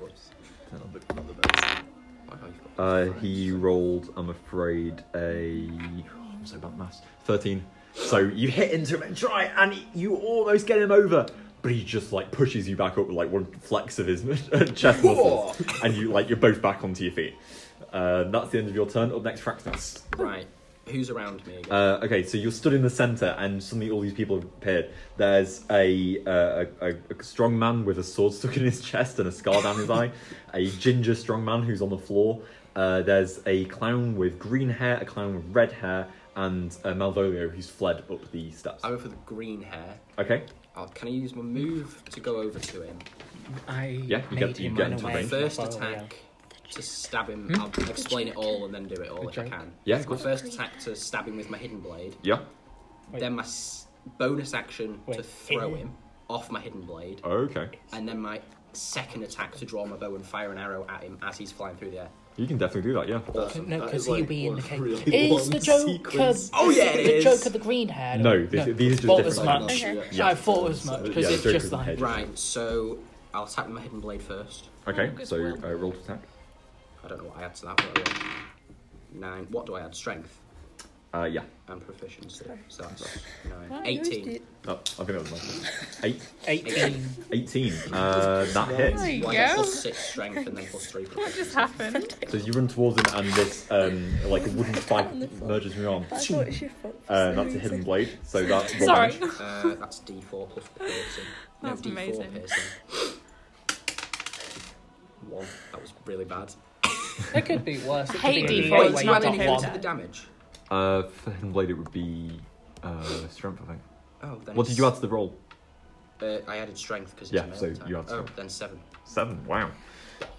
Whoops. Not the, not the best. Wow, you've got- Uh, he rolled, I'm afraid, a. oh, I'm so bad at maths. 13. So you hit into him and try, and you almost get him over. But he just like pushes you back up with like one flex of his chest muscles, and you like you're both back onto your feet. Uh, that's the end of your turn. Up next, Fraxnus. Right. Who's around me again? Uh, okay, so you're stood in the center, and suddenly all these people have appeared. There's a, uh, a, a, a strong man with a sword stuck in his chest and a scar down his eye, a ginger strong man who's on the floor. Uh, there's a clown with green hair, a clown with red hair, and uh, Malvolio who's fled up the steps. I go for the green hair. Okay, Oh, can I use my move to go over to him? I Uh, Yeah, you get- you get into the range. First attack to stab him. I'll explain it all and then do it all if I joke. can. Yeah, of My course. first attack to stab him with my hidden blade. yeah. Wait. Then my s- bonus action to Wait. throw him off my hidden blade. Okay, And then my second attack to draw my bow and fire an arrow at him as he's flying through the air. you can definitely do that. Yeah. Oh, That- No, that 'cause is, he'll like, be in one the cave. really Is long the Joker? sequence. Oh, yeah, it is the is. Joker the green hair? No, this- these are just Thought as different much. ones. Okay. Yeah. I thought as much because Yeah, it's Joker's just the like head. Right, so I'll attack with my hidden blade first. Okay, good so one. uh, roll to attack. I don't know what I add to that. But I will. Nine. What do I add? Strength. Uh, yeah. and proficiency. Sorry. So that's nine. Why Eighteen. Oh, I think that was mine. Eight, 18. 18. Uh, that hits. There you Why is it go. plus six strength and then plus three What just proficiency? happened? So you run towards him, and this um, like wooden spike merges in your arm. I thought it was your foot. for Uh, some that's a hidden reason. blade. So that's one Sorry. damage. Uh, that's D4 plus piercing. No, That's D4 amazing. piercing. One. That was really bad. It could be worse. It could hate be D4, way, it's way not top any one. to the damage. Uh, for hidden blade, it would be uh, strength. I think. Oh, then What it's- did you add to the roll? Uh, I added strength because it's Yeah, a male so attack. you add Oh, strength. then seven. Seven. Wow.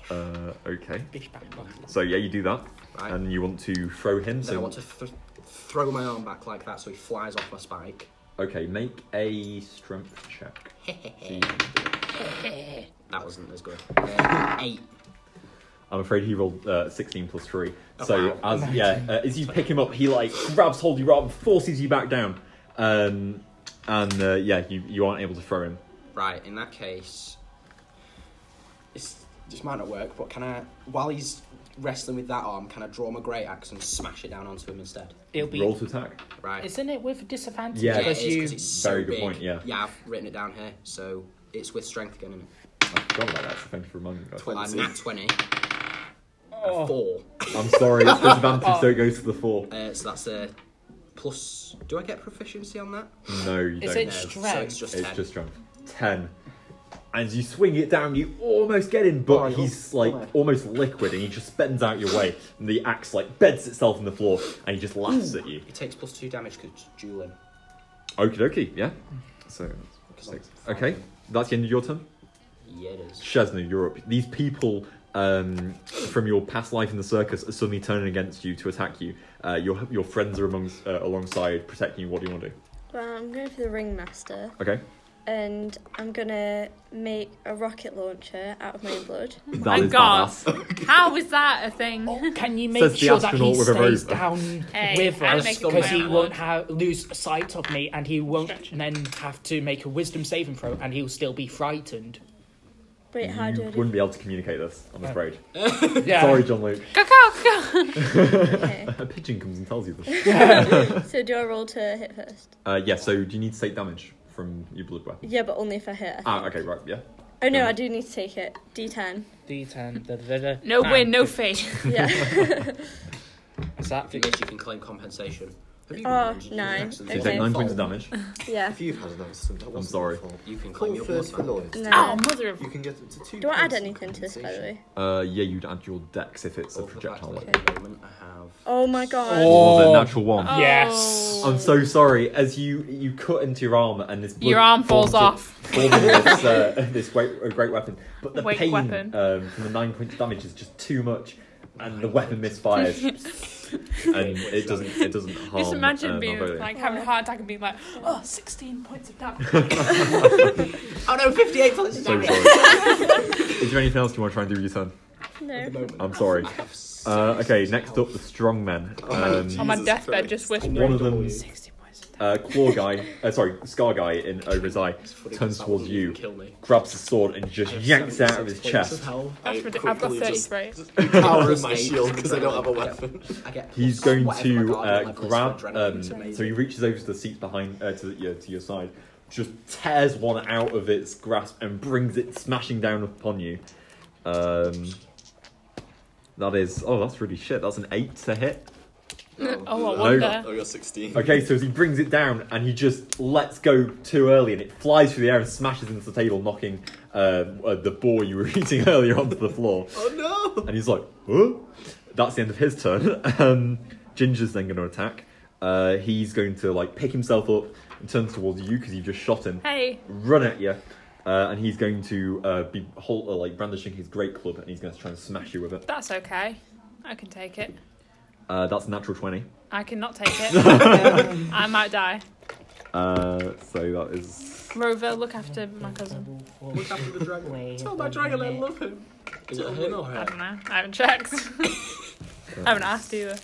Uh, okay. Bish, bash, bosh. So yeah, you do that, Right. and you want to throw him. then I So want to th- throw my arm back like that so he flies off my spike. okay, make a strength check. That wasn't as good. Uh, eight. I'm afraid he rolled uh, 16 plus 3. Oh, so wow. as yeah, uh, as you pick him up, he like grabs hold of your arm, forces you back down, um, and uh, yeah, you, you aren't able to throw him. Right, in that case, this this might not work. But can I, while he's wrestling with that arm, can I draw my great axe and smash it down onto him instead? It'll be. Roll to attack. Right. Isn't it with disadvantage? Yeah, it because is, 'cause you. it's so very good big. point, yeah. Yeah, I've written it down here, so it's with strength again. Isn't it? I forgot about that. So thank you for reminding me. guys. Well, I'm Twenty. nat twenty. A Four. I'm sorry, it's disadvantage, so it goes to the four. Uh, so that's a plus. Do I get proficiency on that? No, you Is don't. it No, So know. Strength. it's just It's Oh. ten. just strength. Ten. As you swing it down, you almost get him, but Oh, he's oh, like oh. almost liquid, and he just bends out your way, and the axe like beds itself on the floor, and he just laughs at you. It takes plus two damage because it's dueling. Okie dokie, yeah. So that's six. Okay, that's the end of your turn. Yeah, it is. Shazna, you're up. These people um, from your past life in the circus are suddenly turning against you to attack you. Uh, your your friends are amongst uh, alongside protecting you. What do you want to do? Well, I'm going for the ringmaster, Okay, and I'm gonna make a rocket launcher out of my own blood. that Oh My is God. badass. How is that a thing? Can you Says make the sure that he astronaut with a stays rover. down Hey, with I'll us make it because he work. won't ha- lose sight of me and he won't Stretch it. then have to make a wisdom saving throw and he'll still be frightened. Wait, how do You I do wouldn't be able to communicate this, I'm afraid. Yeah. Sorry, John Luke. okay. A pigeon comes and tells you this. So do I roll to hit first? Uh, yeah. So do you need to take damage from your blood weapon? Yeah, but only if I hit. I Ah, okay, right, yeah. think. Oh no, I do need to take it. D10. D10. Da, da, da, da. No Ah, win, no fee. Yeah. Is that I think that you can claim compensation. Have you Oh, remembered you can nine. actually So you claim take Okay. nine points of fault? damage. yeah. If you've had an accident, that wasn't sorry. your fault. You can claim Call your first for blood back. Lloyd. No. Oh, mother of. You can get up to two. Do I add points in anything to this, by the compensation. way? Uh, yeah, you'd add your dex if it's a Well, for the fact projectile. that weapon. At the moment, I have. Oh my god. Oh, Oh. the natural one. Yes. Oh, I'm so sorry. As you you cut into your arm and this blood Your arm falls forms off. a- forms a- this, uh, this great, a great weapon, but the Great pain weapon. Um, from the nine points of damage is just too much, and the weapon misfires, and it doesn't it doesn't harm. Just imagine uh, being Malvolio. like having a heart attack and being like, oh, 16 points of damage. Oh no, 58 points of So damage! sorry. is there anything else you want to try and do with your turn? At the No. moment, I'm sorry. I have six Uh, okay, points of next up health. the strong men. Um, On my Jesus deathbed, Christ. just one whispering, of them, 60 points of damage. uh, claw guy, uh, sorry, scar guy in over his eye, It's funny 'cause turns that towards wouldn't even you, Kill me. grabs the sword, and just I have yanks it out of 76 his points of chest. health. That's I ridiculous. I've got quickly 30 just- right? Power in Eight my shield because I don't have a adrenaline. weapon. I get He's plus going whatever my to guardian uh, level is for grab. adrenaline, Um, it's so amazing. he reaches over to the seats behind uh, to, the, yeah, to your side, just tears one out of its grasp and brings it smashing down upon you. Um, that is oh, that's really shit. That's an eight to hit. Oh, I No. wonder. Oh, you're 16. Okay, so as he brings it down and he just lets go too early, and it flies through the air and smashes into the table, knocking uh, uh, the boar you were eating earlier onto the floor. Oh no! And he's like, huh? That's the end of his turn. Um, Ginger's then going to attack. Uh, he's going to like pick himself up and turn towards you because you've just shot him, Hey, run at you, uh, and he's going to uh, be hol- uh, like brandishing his great club and he's going to try and smash you with it. that's okay. I can take it. Uh, that's a natural twenty. I cannot take it. I might die. Uh, so that is Rover, look after my cousin. Look after the dragon. Tell Tell my dragon I love him. Is it him or I her? don't know. I haven't checked. I haven't asked either.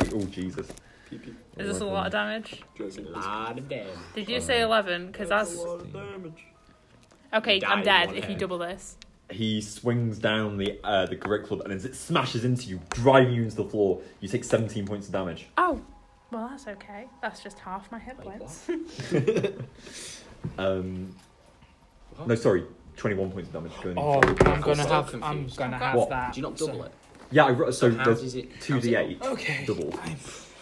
eight. oh Jesus. PP. Is this a lot of damage? It's a lot of damage. Did you say 11? Because That's that's. a lot of damage. Okay, Die, I'm dead one if you hand. double this. He swings down the uh, the great club and as it smashes into you, driving you into the floor, you take seventeen points of damage. Oh, Well, that's okay. That's just half my hit Wait, points. Um, no, sorry, 21 points of damage. Going in. Oh, I'm gonna so have. I'm confused. gonna What? have that. Do you not so- double it? Yeah, I, ro- so So, how there's does it? two how's it d8 Okay. double.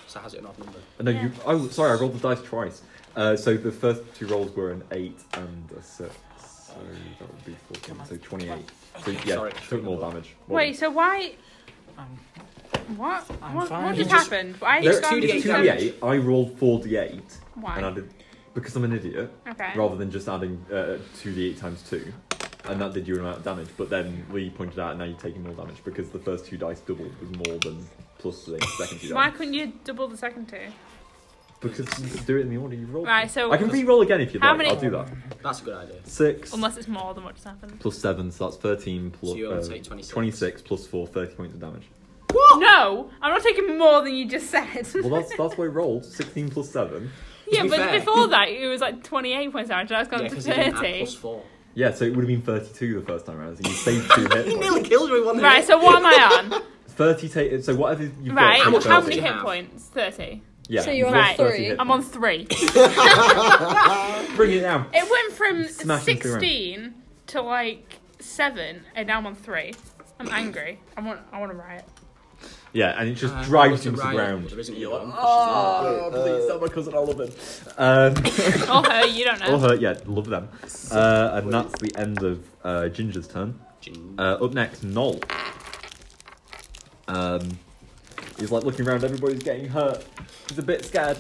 So how's it an odd number? No, Yeah. you. Oh, sorry, I rolled the dice twice. Uh, so the first two rolls were an eight and a six. So that would be 14. So 28. So yeah, Sorry. took more damage. Well, Wait, so why? Um, What? I'm What, fine. what You just just- happened? I there- just got it's 2d8 two d8. I rolled four d8, and I Why? did because I'm an idiot. Okay. Rather than just adding uh, two d8 times two, and that did you an amount of damage. But then Lee pointed out now you're taking more damage because the first two dice doubled was more than plus the second two Why dice. couldn't you double the second two? Because you can do it in the order you rolled. Right, so I can re-roll again if you'd How like. many- I'll do that. That's a good idea. Six. unless it's more than what just happened. plus 7, so that's 13 plus So you only uh, take 26. 26 plus 4, 30 points of damage. No, I'm not taking more than you just said. Well, that's that's what I rolled 16 plus 7. yeah, be but fair. before that it was like 28 points average. and I've gone Yeah, to because it didn't add 30. plus four. Yeah, so it would have been 32 the first time around, so you saved 2 hit He points. nearly killed me one Right, hit. so what am I 30 take, so whatever you've on? right, got. much take how health 30. many do you hit have? points? 30. Yeah, So you're on you've got three. 30 hit I'm on three. points. Bring it down. it went from Smashing through him. 16 to like seven, and now I'm on three. I'm angry. I want. I want to riot. Yeah, and it just Uh, drives him Mr. to the Ryan, ground. There isn't you one. Oh, please tell my cousin I love him. Um, Or her. You don't know. or her, yeah, love them. Uh, and that's the end of uh, Ginger's turn. Gin- Uh, up next, Noel. Um, he's like looking around. Everybody's getting hurt. He's a bit scared.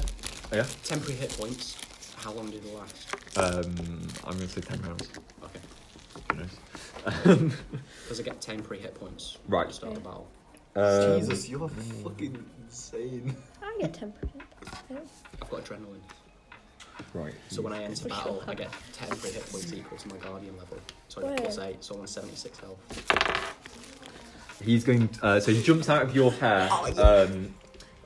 Oh, yeah. Temporary hit points. How long did it last? Um, I'm gonna say ten rounds. Okay. Who knows? Um, Because I get temporary hit points. at Right. the Start of the battle. um, Jesus, you're fucking insane. I get tempered. I've got adrenaline. um, Right. So when I enter For sure. battle, I get temporary hit points equal to my guardian level. So I get Whoa. plus eight, so I'm on 76 health. He's going. Uh, so he jumps out of your hair. Oh, um,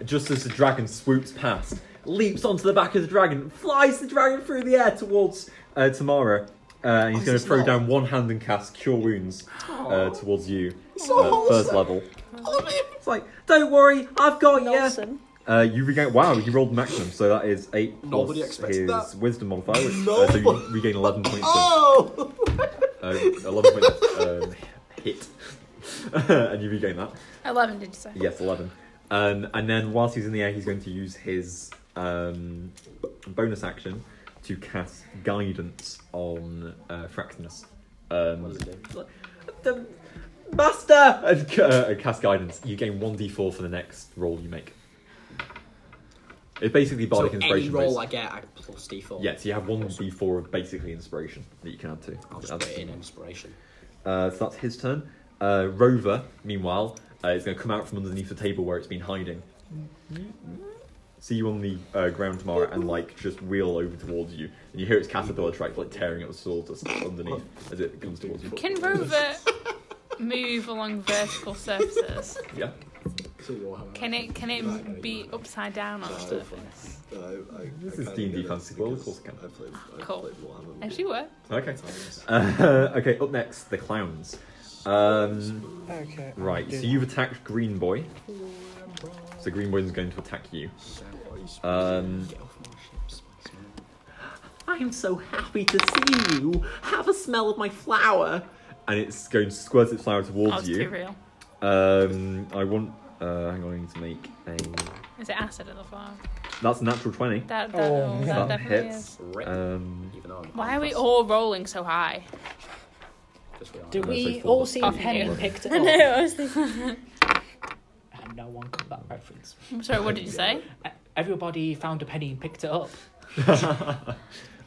just as the dragon swoops past, leaps onto the back of the dragon, flies the dragon through the air towards uh, Tamara. Uh, and he's Oh, is Oh. going to this throw Noel? down one hand and cast Cure Wounds uh, towards you, uh, first level. Oh, It's like, don't worry, I've got you. Nelson. Uh, you regain. Wow, you rolled maximum, so that is eight plus Nobody expected his that. wisdom modifier, which No. uh, so you regain eleven points. Of, Oh! uh, eleven points of, um, hit, and you regain that. 11, did you say? Yes, eleven. Um, and then whilst he's in the air, he's going to use his um, b- bonus action to cast guidance on uh, Fraxinus. Um, What does it do? the master and ca- uh, cast guidance. You gain one d4 for the next roll you make. It's basically bardic so any inspiration. roll based- I get, I plus d4. Yeah, so you have one d4 of basically inspiration that you can add to. I'll just Add put it to- in inspiration. Uh, so that's his turn. Uh, Rover, meanwhile, uh, is going to come out from underneath the table where it's been hiding. See you on the uh, ground tomorrow, and like just wheel over towards you. And you hear its caterpillar tracks like tearing at the sawdust underneath as it comes towards you. Can Rover move along vertical surfaces? Yeah. It's a Warhammer. Can it can it be upside down on Still stuff? fun. No, I, I, This I is kinda D&D get it fantasy world, of because course I I played, I Cool. played Warhammer. Actually, what? Okay. Times. Uh, okay, up next, the clowns. Um, Okay. right, so you've attacked Green Boy. So Green Boy's going to attack you. Um, Get off my ship, Spice Man. I'm so happy to see you. Have a smell of my flower. And it's going to squirt its flower I towards was too you. real. Um, I want. Uh, hang on, I need to make a. Is it acid at the farm? That's a natural twenty. That, that, Oh, oh, That that definitely is. hits. Rip. Um, Even though I'm Why are we unfast- all rolling so high? 'cause we are. Uh, Do so we four. all see Off Penny you. picked it I up? know, I was thinking. And no one got that reference. I'm sorry, what did you say? E- Everybody found a penny and picked it up. uh,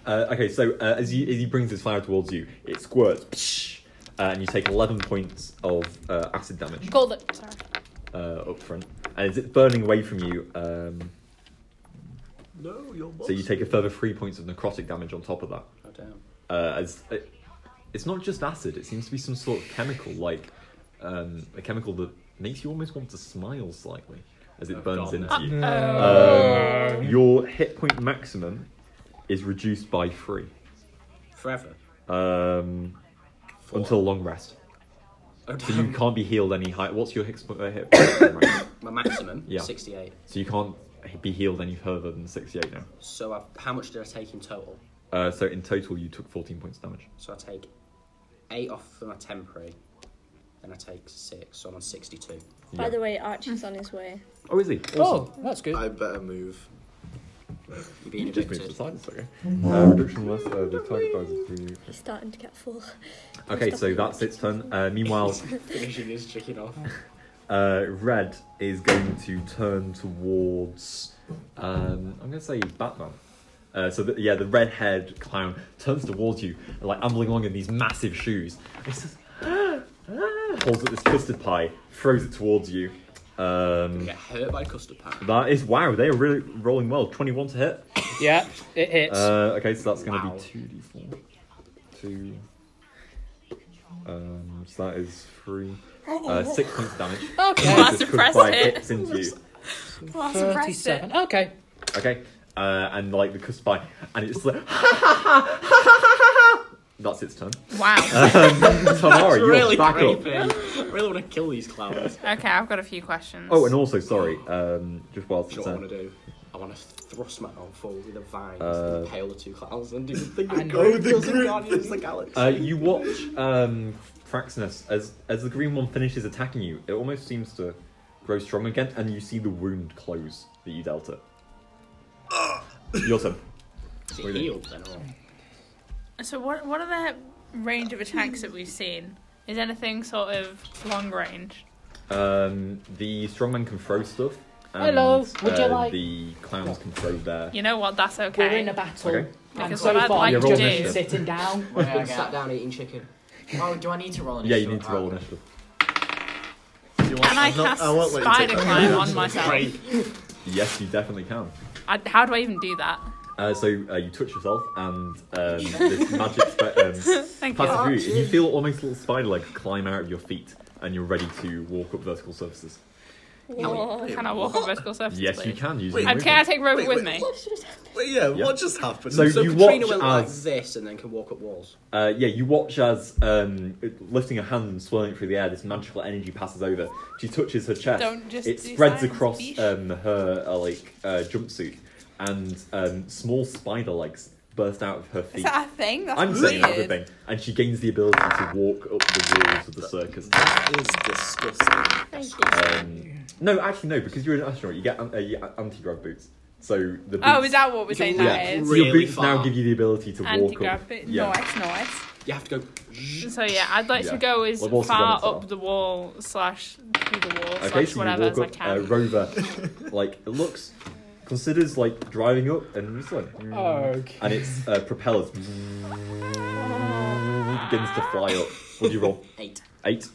okay, so uh, as, he, as he brings his flower towards you, it squirts, psh, uh, and you take 11 points of uh, acid damage Gold. Sorry. uh, up front. And as it's burning away from you, um, No, you're so you take a further 3 points of necrotic damage on top of that. Oh, damn. Uh, as it, It's not just acid, it seems to be some sort of chemical, like um, a chemical that makes you almost want to smile slightly as it Oh, burns God, into you. Oh. Um, your hit point maximum is reduced by 3. Forever. Um, For- until long rest. Oh, So you damn. can't be healed any higher. What's your hit point? Uh, hit point right now? My maximum, Yeah. 68. So you can't be healed any further than 68 now. So I've, how much did I take in total? Uh, so in total, you took 14 points damage. So I take eight off for my temporary, then I take six, so I'm on 62. By the way, Archie's on his way. oh, is he? Awesome. Oh, that's good. I better move. You're being You just moved to the evicted. side, it's okay. Uh, reduction less, uh, the target dies if you- He's starting to get full. Okay, so that's its turn. Uh, meanwhile, Finishing his chicken off. uh, Red is going to turn towards. Um, I'm going to say Batman. Uh, so the, yeah, the red-haired clown turns towards you, like ambling along in these massive shoes. He says, holds up this custard pie, throws it towards you. Um, Get hurt by custard pie. that is wow. They are really rolling well. Twenty-one to hit. Yeah, it hits. Uh, okay, so that's going to Wow. be two d four. Two. Um, so that is three. Uh, six points damage. Oh, Okay, As that's this cookie pie impressive. hits into you. Well, that's impressive. Thirty-seven. Okay. Okay, uh, and like the cookie pie, and it's like that's its turn. Wow. Tamara, you're really back up. creepy. I really want to kill these clowns. okay, I've got a few questions. Oh, and also sorry. Um, just whilst Do you it's know what I want there. to do? I want to thrust my arm forward with a vine Uh, and impale the two clowns and do the thing I that know. Gold does in Guardians of the Galaxy. Uh, you watch um, Fraxinus as as the green one finishes attacking you. It almost seems to grow strong again, and you see the wound close that you dealt it. Your turn. Is it Really? healed then or? So what what are the range of attacks that we've seen? Is anything sort of long range? Um, the strongman can throw stuff. And, Hello, would you uh, like- The clowns can throw their. You know what? That's We're okay. in a battle. Okay. And Because so what I'd far, like you've to just do- been sitting down. What do I Been sat get? down eating chicken. Oh, do I need to roll Yeah, initiative? you need to roll Ah, initiative. and I cast spider climb on myself. Yes, you definitely can. I, how do I even do that? Uh, so uh, you touch yourself, and um, this magic spe- um, Thank you. passes through you. and You feel almost little spider legs climb out of your feet, and you're ready to walk up vertical surfaces. Whoa. Can I walk on vertical surfaces? Yes, please? you can use. Wait, your And can I movement. take Robert Wait, with wait, me? Wait, yeah, Yeah. what just happened? So So you Katrina watch went as- like this and then can walk up walls. Uh, yeah, you watch as um, lifting her hand and swirling it through the air, this magical energy passes over. She touches her chest. Don't just it do spreads science, across bish. um, her uh, like uh, jumpsuit, and um, small spider legs burst out of her feet. Is that a thing? That's I'm weird. saying that's a thing, and she gains the ability to walk up the walls of the circus. That is disgusting. Thank you. Um, no, actually, no, because you're an astronaut, you get an- uh, you get anti-grav boots. So the boots, Oh, is that what we're saying yeah, that is? so your Really boots far. now give you the ability to walk Anti-grab up. it. Yeah. Nice, nice. You have to go. So yeah, I'd like Yeah. to go as Well, I've also done far it up the wall slash through the wall Okay, slash so whatever you as I walk up. can. Uh, Rover, like it looks, considers like driving up, and it's like, mm, Okay. and its uh, propellers begins to fly up. What do you roll? Eight. Eight.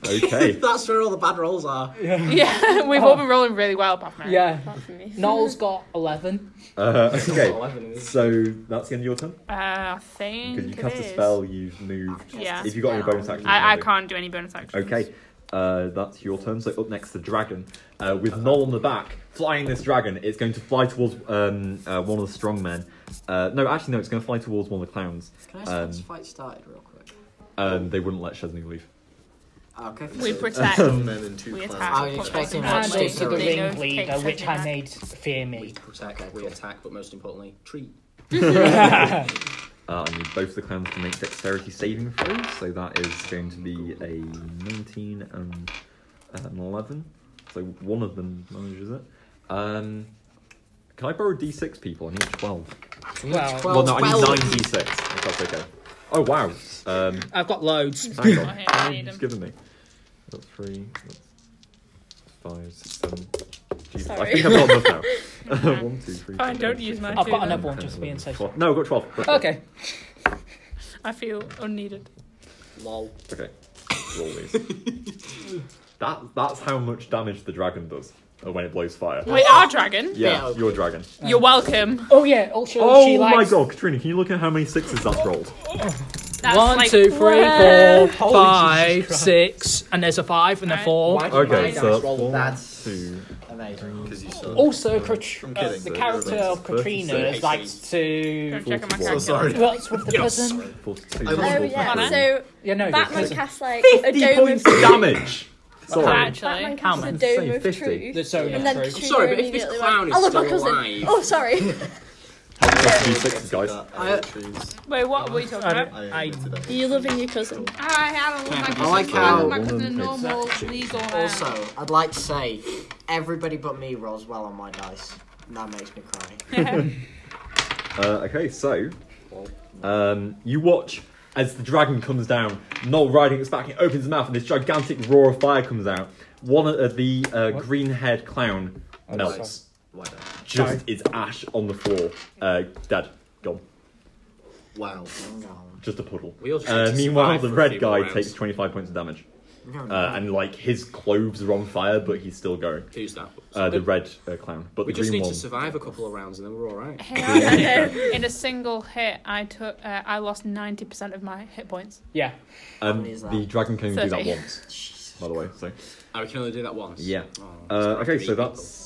Okay. That's where all the bad rolls are. yeah, we've all been rolling really well, apart from Eric. Oh. Yeah. Not for me. Noel's got eleven. Uh, okay. Eleven in this. So that's the end of your turn. Uh, I think Because you it cast a is. spell, you've moved. Yeah. If you got any bonus action. I, I can't do any bonus actions. Okay, uh, that's your turn. So up next, the dragon uh, with Noel on the back, flying this dragon. It's going to fly towards um, uh, one of the strong men. Uh, no, actually, no. It's going to fly towards one of the clowns. Can I just get Um, this fight started real quick? Um, they wouldn't let Chesney leave. Okay. We so- protect. Two men and two we clowns. attack. I was put expecting us in that And Actually, bondage, also the sorry. they know ringleader, take which I something made fear We me. protect, we attack, but most importantly, treat. Uh, I need both the clowns to make dexterity saving throws. So that is going to be a 19 and uh, an 11. So one of them manages it. Um, can I borrow d6, people? I need 12. Well, Well, no, I need 9 12. d6. If that's okay. Oh wow. Um, I've got loads. Hang Oh, on. here, I How need many just them. given me? That's three. That's five, six, seven. Jesus, I Sorry. think I've got enough now. One, two, three. Fine, four, don't five, use six, mine seven, I've eight, got nine, another one, ten, just being 11, safe. 12. No, I've got 12. Got 12. Okay. I feel unneeded. Lol. Okay. Roll these. that, that's how much damage the dragon does uh, when it blows fire. Wait, our dragon. Yeah, your dragon. You're welcome. Oh yeah. Also, she Oh my likes god, Katrina, can you look at how many sixes that's rolled? That's one, like, two, three, four, Whoa. five, six, and there's a five and a Right. four. Why did Oh Okay, my dice so- roll that? That's Two. amazing. Because you suck. Also, Kat- I'm uh, kidding. the So character it's of Katrina six. likes to. Don't check on my 41. So character. sorry. What's with the prison? 42. I Oh was- yeah. Anna? So Yeah, no. the Batman prison. casts like a 50 dome points of damage! Sorry. Actually, Batman How casts a much? dome Say of 50. truth. The Sona And then fruit. Katrina Sorry, but if this immediately clown went, is "I love my still cousin." alive- Oh, sorry. D6, guys. That I- apple trees. wait, what are we talking about? I I- admitted that. You're loving your cousin. Oh. I, I don't like I this. like It's how- my cousin Woman in normal legal hair. Also, I'd like to say everybody but me rolls well on my dice. and That makes me cry. Uh, okay, so um, you watch as the dragon comes down. Noel riding its back, it opens its mouth, and this gigantic roar of fire comes out. One of uh, the uh, green-haired clown melts. Why not? Just is ash on the floor. Uh, dead, gone, Wow. No. just a puddle. We all just need Uh, to meanwhile, survive the for a red few guy more rounds. takes twenty-five points of damage, No, no. uh, and like his clothes are on fire, but he's still going. Who's that? Uh, the red uh, clown, but we the just green need one. to survive a couple of rounds and then we're all right. Hey, I- in a single hit, I took, uh, I lost ninety percent of my hit points. Yeah. um, many is that? the dragon can only do that Thirty. once, by the way. So. Oh, we can only do that once. Yeah. Oh, Uh, sorry, okay, so three that's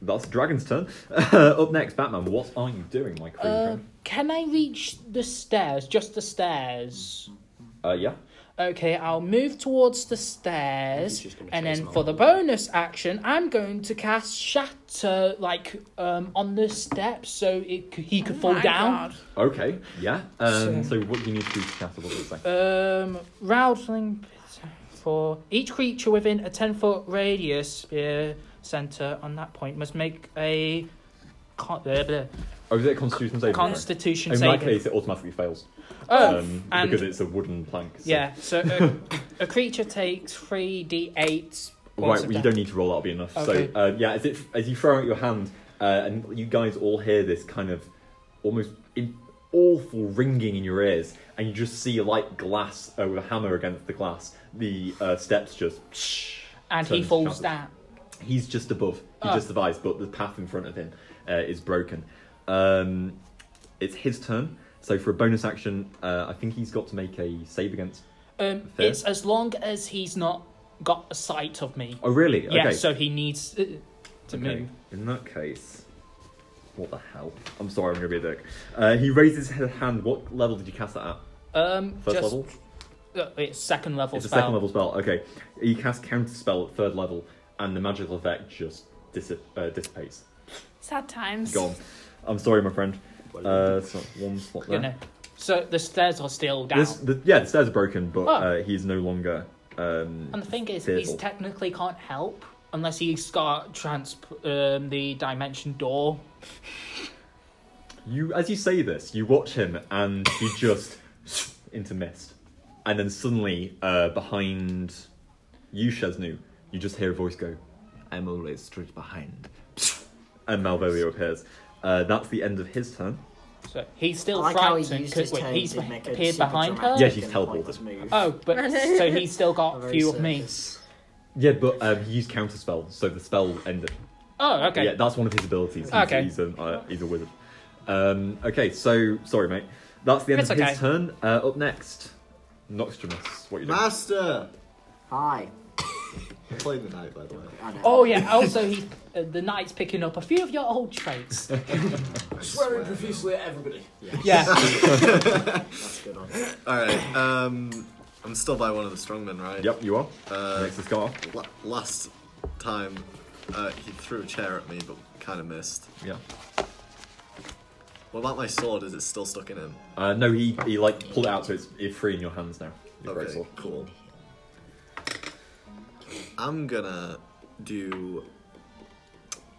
that's Dragon's turn. Up next, Batman. What are you doing, my queen? Uh, can I reach the stairs? Just the stairs. Uh, yeah. Okay, I'll move towards the He's stairs, just gonna and chase then him for the along the way. bonus action, I'm going to cast Shatter, like um, on the steps, so it c- he could Oh fall my down. God. Okay. Yeah. Um, so what do you need to do to cast? it? What does it say? Um, Rousling for each creature within a ten foot radius spear center on that point must make a con- blah, blah, Oh, is it a Constitution saving? throw? Constitution In my saving. case, it automatically fails oh, um, and because it's a wooden plank. So. yeah, so a, a creature takes three d eight. Right. Well, you don't need to roll. That'll be enough. Okay. So uh, yeah, as it as you throw out your hand, uh, and you guys all hear this kind of almost in, awful ringing in your ears, and you just see like glass uh, with a hammer against the glass. The uh, steps just. and turn he to falls shadows. down. He's just above. He Ah. just survives, but the path in front of him uh, is broken. Um, it's his turn. So for a bonus action, uh, I think he's got to make a save against. Um, Fair. it's as long as he's not got a sight of me. Oh really? Yeah, okay. so he needs uh, to Okay, move. In that case, what the hell? I'm sorry, I'm gonna be a dick. Uh, he raises his hand. What level did you cast that at? Um, First just, level? Uh, it's second level It's a spell. second level spell. Okay, you cast counter spell at third level, and the magical effect just dissip- uh, dissipates. Sad times. Gone. I'm sorry, my friend. Uh, so that's one slot there. You know. So the stairs are still down. This, the, yeah, the stairs are broken, but Oh. uh, he's no longer. Um, And the thing is, fearful. he technically can't help unless he's got trans um, the dimension door. You, as you say this, you watch him, and he just into mist, and then suddenly, uh, behind you, Shaznu, you just hear a voice go, "I'm always straight behind," and Malvolio appears. Uh, that's the end of his turn. So he's I still like how he frightened used his because turn he's to make a appeared super behind her. dramatic Yeah, she's and teleported. pointless move. Oh, but so he's still got a Very few of me. circus. Yeah, but um, he used counterspell, so the spell ended. Oh, okay. Yeah, that's one of his abilities. He's, Okay. he's, a, uh, he's a wizard. Um, okay, so sorry, mate. That's the end It's of okay. his turn. Uh, up next, Noxtramus. What you doing? Master! Hi. I'm playing the knight, by the way. I know. Oh yeah. Also, he uh, the knight's picking up a few of your old traits. Swearing profusely at everybody. Yeah, Yeah. that's a good one. Alright, um, I'm still by one of the strongmen, right? Yep, you are. Uh, next is Gar. la- last time, uh, he threw a chair at me, but kind of missed. Yeah. What about my sword? Is it still stuck in him? Uh, no, he, he like pulled it out, so it's it's free in your hands now. Your Okay, greatsword. cool. I'm gonna do.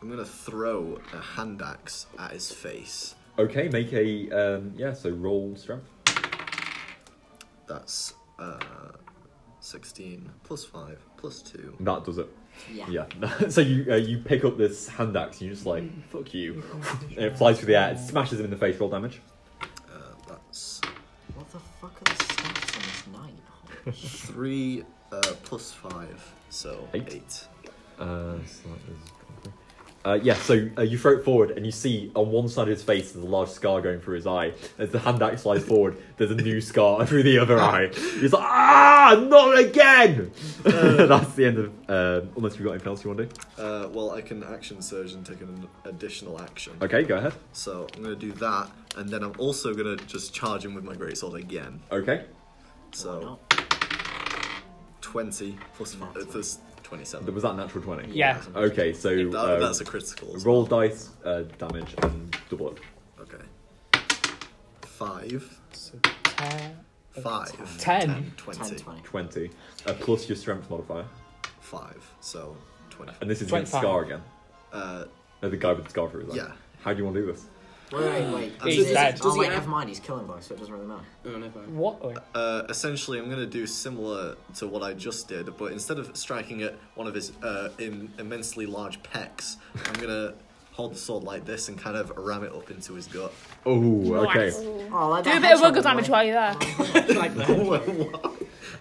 I'm gonna throw a hand axe at his face. Okay, make a um, yeah. So roll strength. That's uh, 16 plus 5 plus 2. That does it. Yeah. Yeah. so you uh, you pick up this hand axe, and you just like fuck you. and it flies through the air, it smashes him in the face. Roll damage. Uh, that's What the fuck are the stats on this knight? Holy shit. 3 uh, plus 5, so Eight. 8. Uh, so that is- uh, yeah, so uh, you throw it forward, and you see on one side of his face there's a large scar going through his eye. As the hand axe slides forward, there's a new scar through the other eye. He's like, ah, not again! That's the end of. Uh, unless you've got anything else you want to do. Uh, well, I can action surge and take an additional action. Okay, go ahead. So I'm gonna do that, and then I'm also gonna just charge him with my greatsword again. Okay. So 20 plus Not five, plus There 27. was that natural twenty. Yeah. Okay, so That- uh, that's a critical. as roll well. dice uh, damage and double it. Okay. Five. So, uh, Five. Ten. Ten. Twenty. 10, 20. Twenty uh, plus your strength modifier, Five. So, 20. and this is against 25. Scar again. Uh, No, the guy with the scar through his eye. Yeah. How do you want to do this? Wait, wait, wait. He's Does he- dead. Oh, Does he wait, have- never mind. He's killing boy, so it doesn't really matter. Oh, never mind. what? oh, uh, essentially, I'm going to do similar to what I just did, but instead of striking at one of his uh, Im- immensely large pecs, I'm going to hold the sword like this and kind of ram it up into his gut. Oh, okay. Nice. Oh, like Do that a bit of hedgehog wiggle damage boy. while you're there.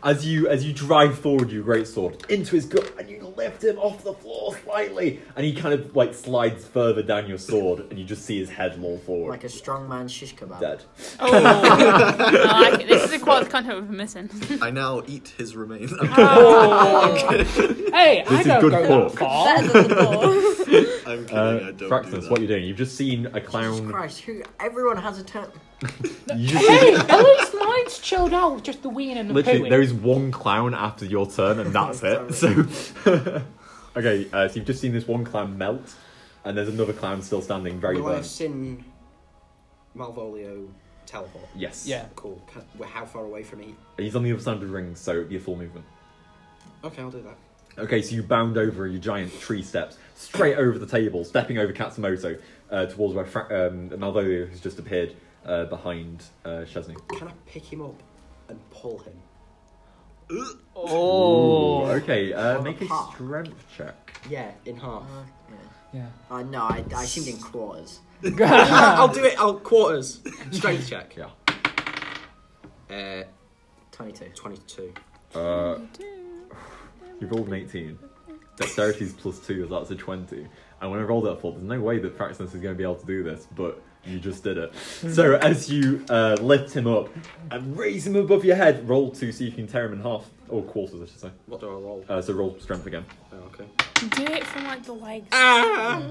As you as you drive forward your greatsword into his gut and you lift him off the floor slightly and he kind of like slides further down your sword and you just see his head loll forward. Like a strong man shish kebab. dead. I like it. This is the quality content we've been missing. I now eat his remains. yeah. Hey, I is don't good go pork. that far. Better than the ball. I'm kidding, I Uh, don't do Fraxus, that. what are you doing? You've just seen a Jesus clown. Christ, who? Everyone has a turn. You just see, At least mine's chilled out with just the weeing and the literally, pooing. there is one clown after your turn and that's it. So, okay, uh, so you've just seen this one clown melt, and there's another clown still standing, very Will I burnt. have seen Malvolio teleport? Yes. Yeah. Cool. Can, well, how far away from me? He's on the other side of the ring, so it'd be a full movement. Okay, I'll do that. Okay, so you bound over your giant tree steps, straight over the table, stepping over Katsumoto uh, towards where Fra- um, Malvolio has just appeared uh, behind uh, Chesney. Can I pick him up and pull him? Ooh, okay, uh, On make the a path. strength check. Yeah. In half. Yeah. Uh, no, I, I assumed in quarters. I'll do it. I'll quarters. Strength check. Yeah. Uh, 22. twenty-two. Uh, you rolled an 18. Dexterity's plus 2, so that's a 20. And when I rolled it, I thought, there's no way that Praxis is going to be able to do this, but you just did it. Mm-hmm. so as you uh, lift him up and raise him above your head, roll 2 so you can tear him in half, or quarters, I should say. What do I roll? Uh, so roll strength again. Oh, okay. Do it from like the legs. Ah,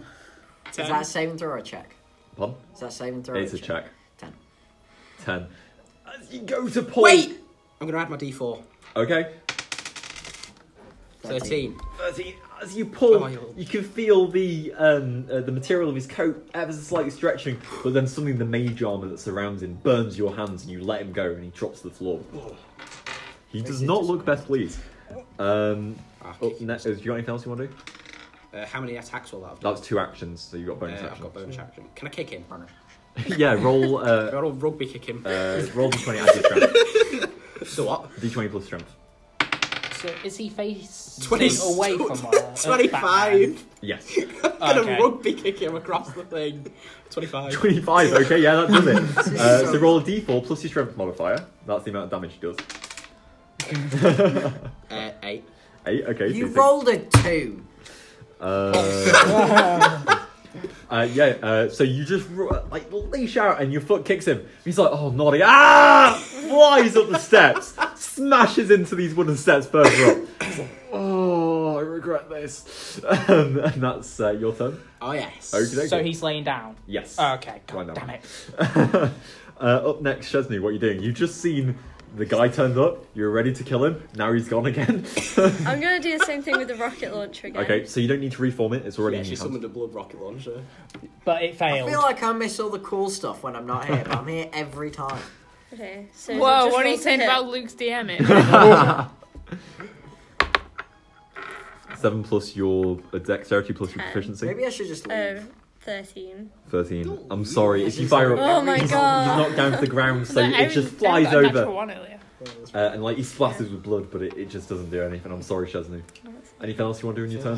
Is that a saving throw or a check? Pardon? Is that a saving throw? or It's a check. 10. 10. As you go to pull. Wait. I'm gonna add my D4. Okay. Thirteen. As you, as you pull, Oh, you'll- you can feel the um, uh, the material of his coat ever so slightly stretching, but then suddenly the mage armor that surrounds him burns your hands, and you let him go, and he drops to the floor. He does not look best pleased. Um, Okay. up next, do you got anything else you want to do? Oh, Uh, how many attacks will that have? That's two actions, so you got bonus Uh, I've action. got bonus action. Can I kick him? yeah, roll Can uh, I roll rugby kick him? uh, roll d twenty add your strength, so what? d twenty plus strength. So is he facing 20 away from our uh, Twenty-five. Yes. I'm gonna Okay. rugby kick him across the thing. Twenty-five. 25, okay, yeah, that does it. Uh, so roll a d4 plus your strength modifier. That's the amount of damage it does. Uh, eight. 8, okay. so You think- rolled a 2. Uh, uh, yeah, uh, so you just, ro- like, leash out and your foot kicks him. He's like, oh, naughty. Ah! Flies up the steps, smashes into these wooden steps further up. He's like, oh, I regret this. Um, and that's uh, your turn. Oh yes. Okay, So he's laying down. Yes. Okay, Why god not? damn it. uh, up next, Chesney, what are you doing? You've just seen the guy turned up, you're ready to kill him, now he's gone again. I'm gonna do the same thing with the rocket launcher again. okay, so you don't need to reform it, it's already Yeah, in she your hand. summoned a blood rocket launcher. But it I failed. feel like I miss all the cool stuff when I'm not here, but I'm here every time. Okay. So is it Whoa, just what are you roll to saying hit? about Luke's DM? It? 7 plus your uh, dexterity plus your Ten. proficiency. Maybe I should just Oh, leave. 13. 13. I'm sorry, if you fire up, Oh my he's god. knocked down to the ground, so Like, it Aaron- just Aaron flies got a natural over. one earlier. Uh, and like he splashes with blood, but it, it just doesn't do anything. I'm sorry, Chesney. Anything else you want to do in your turn?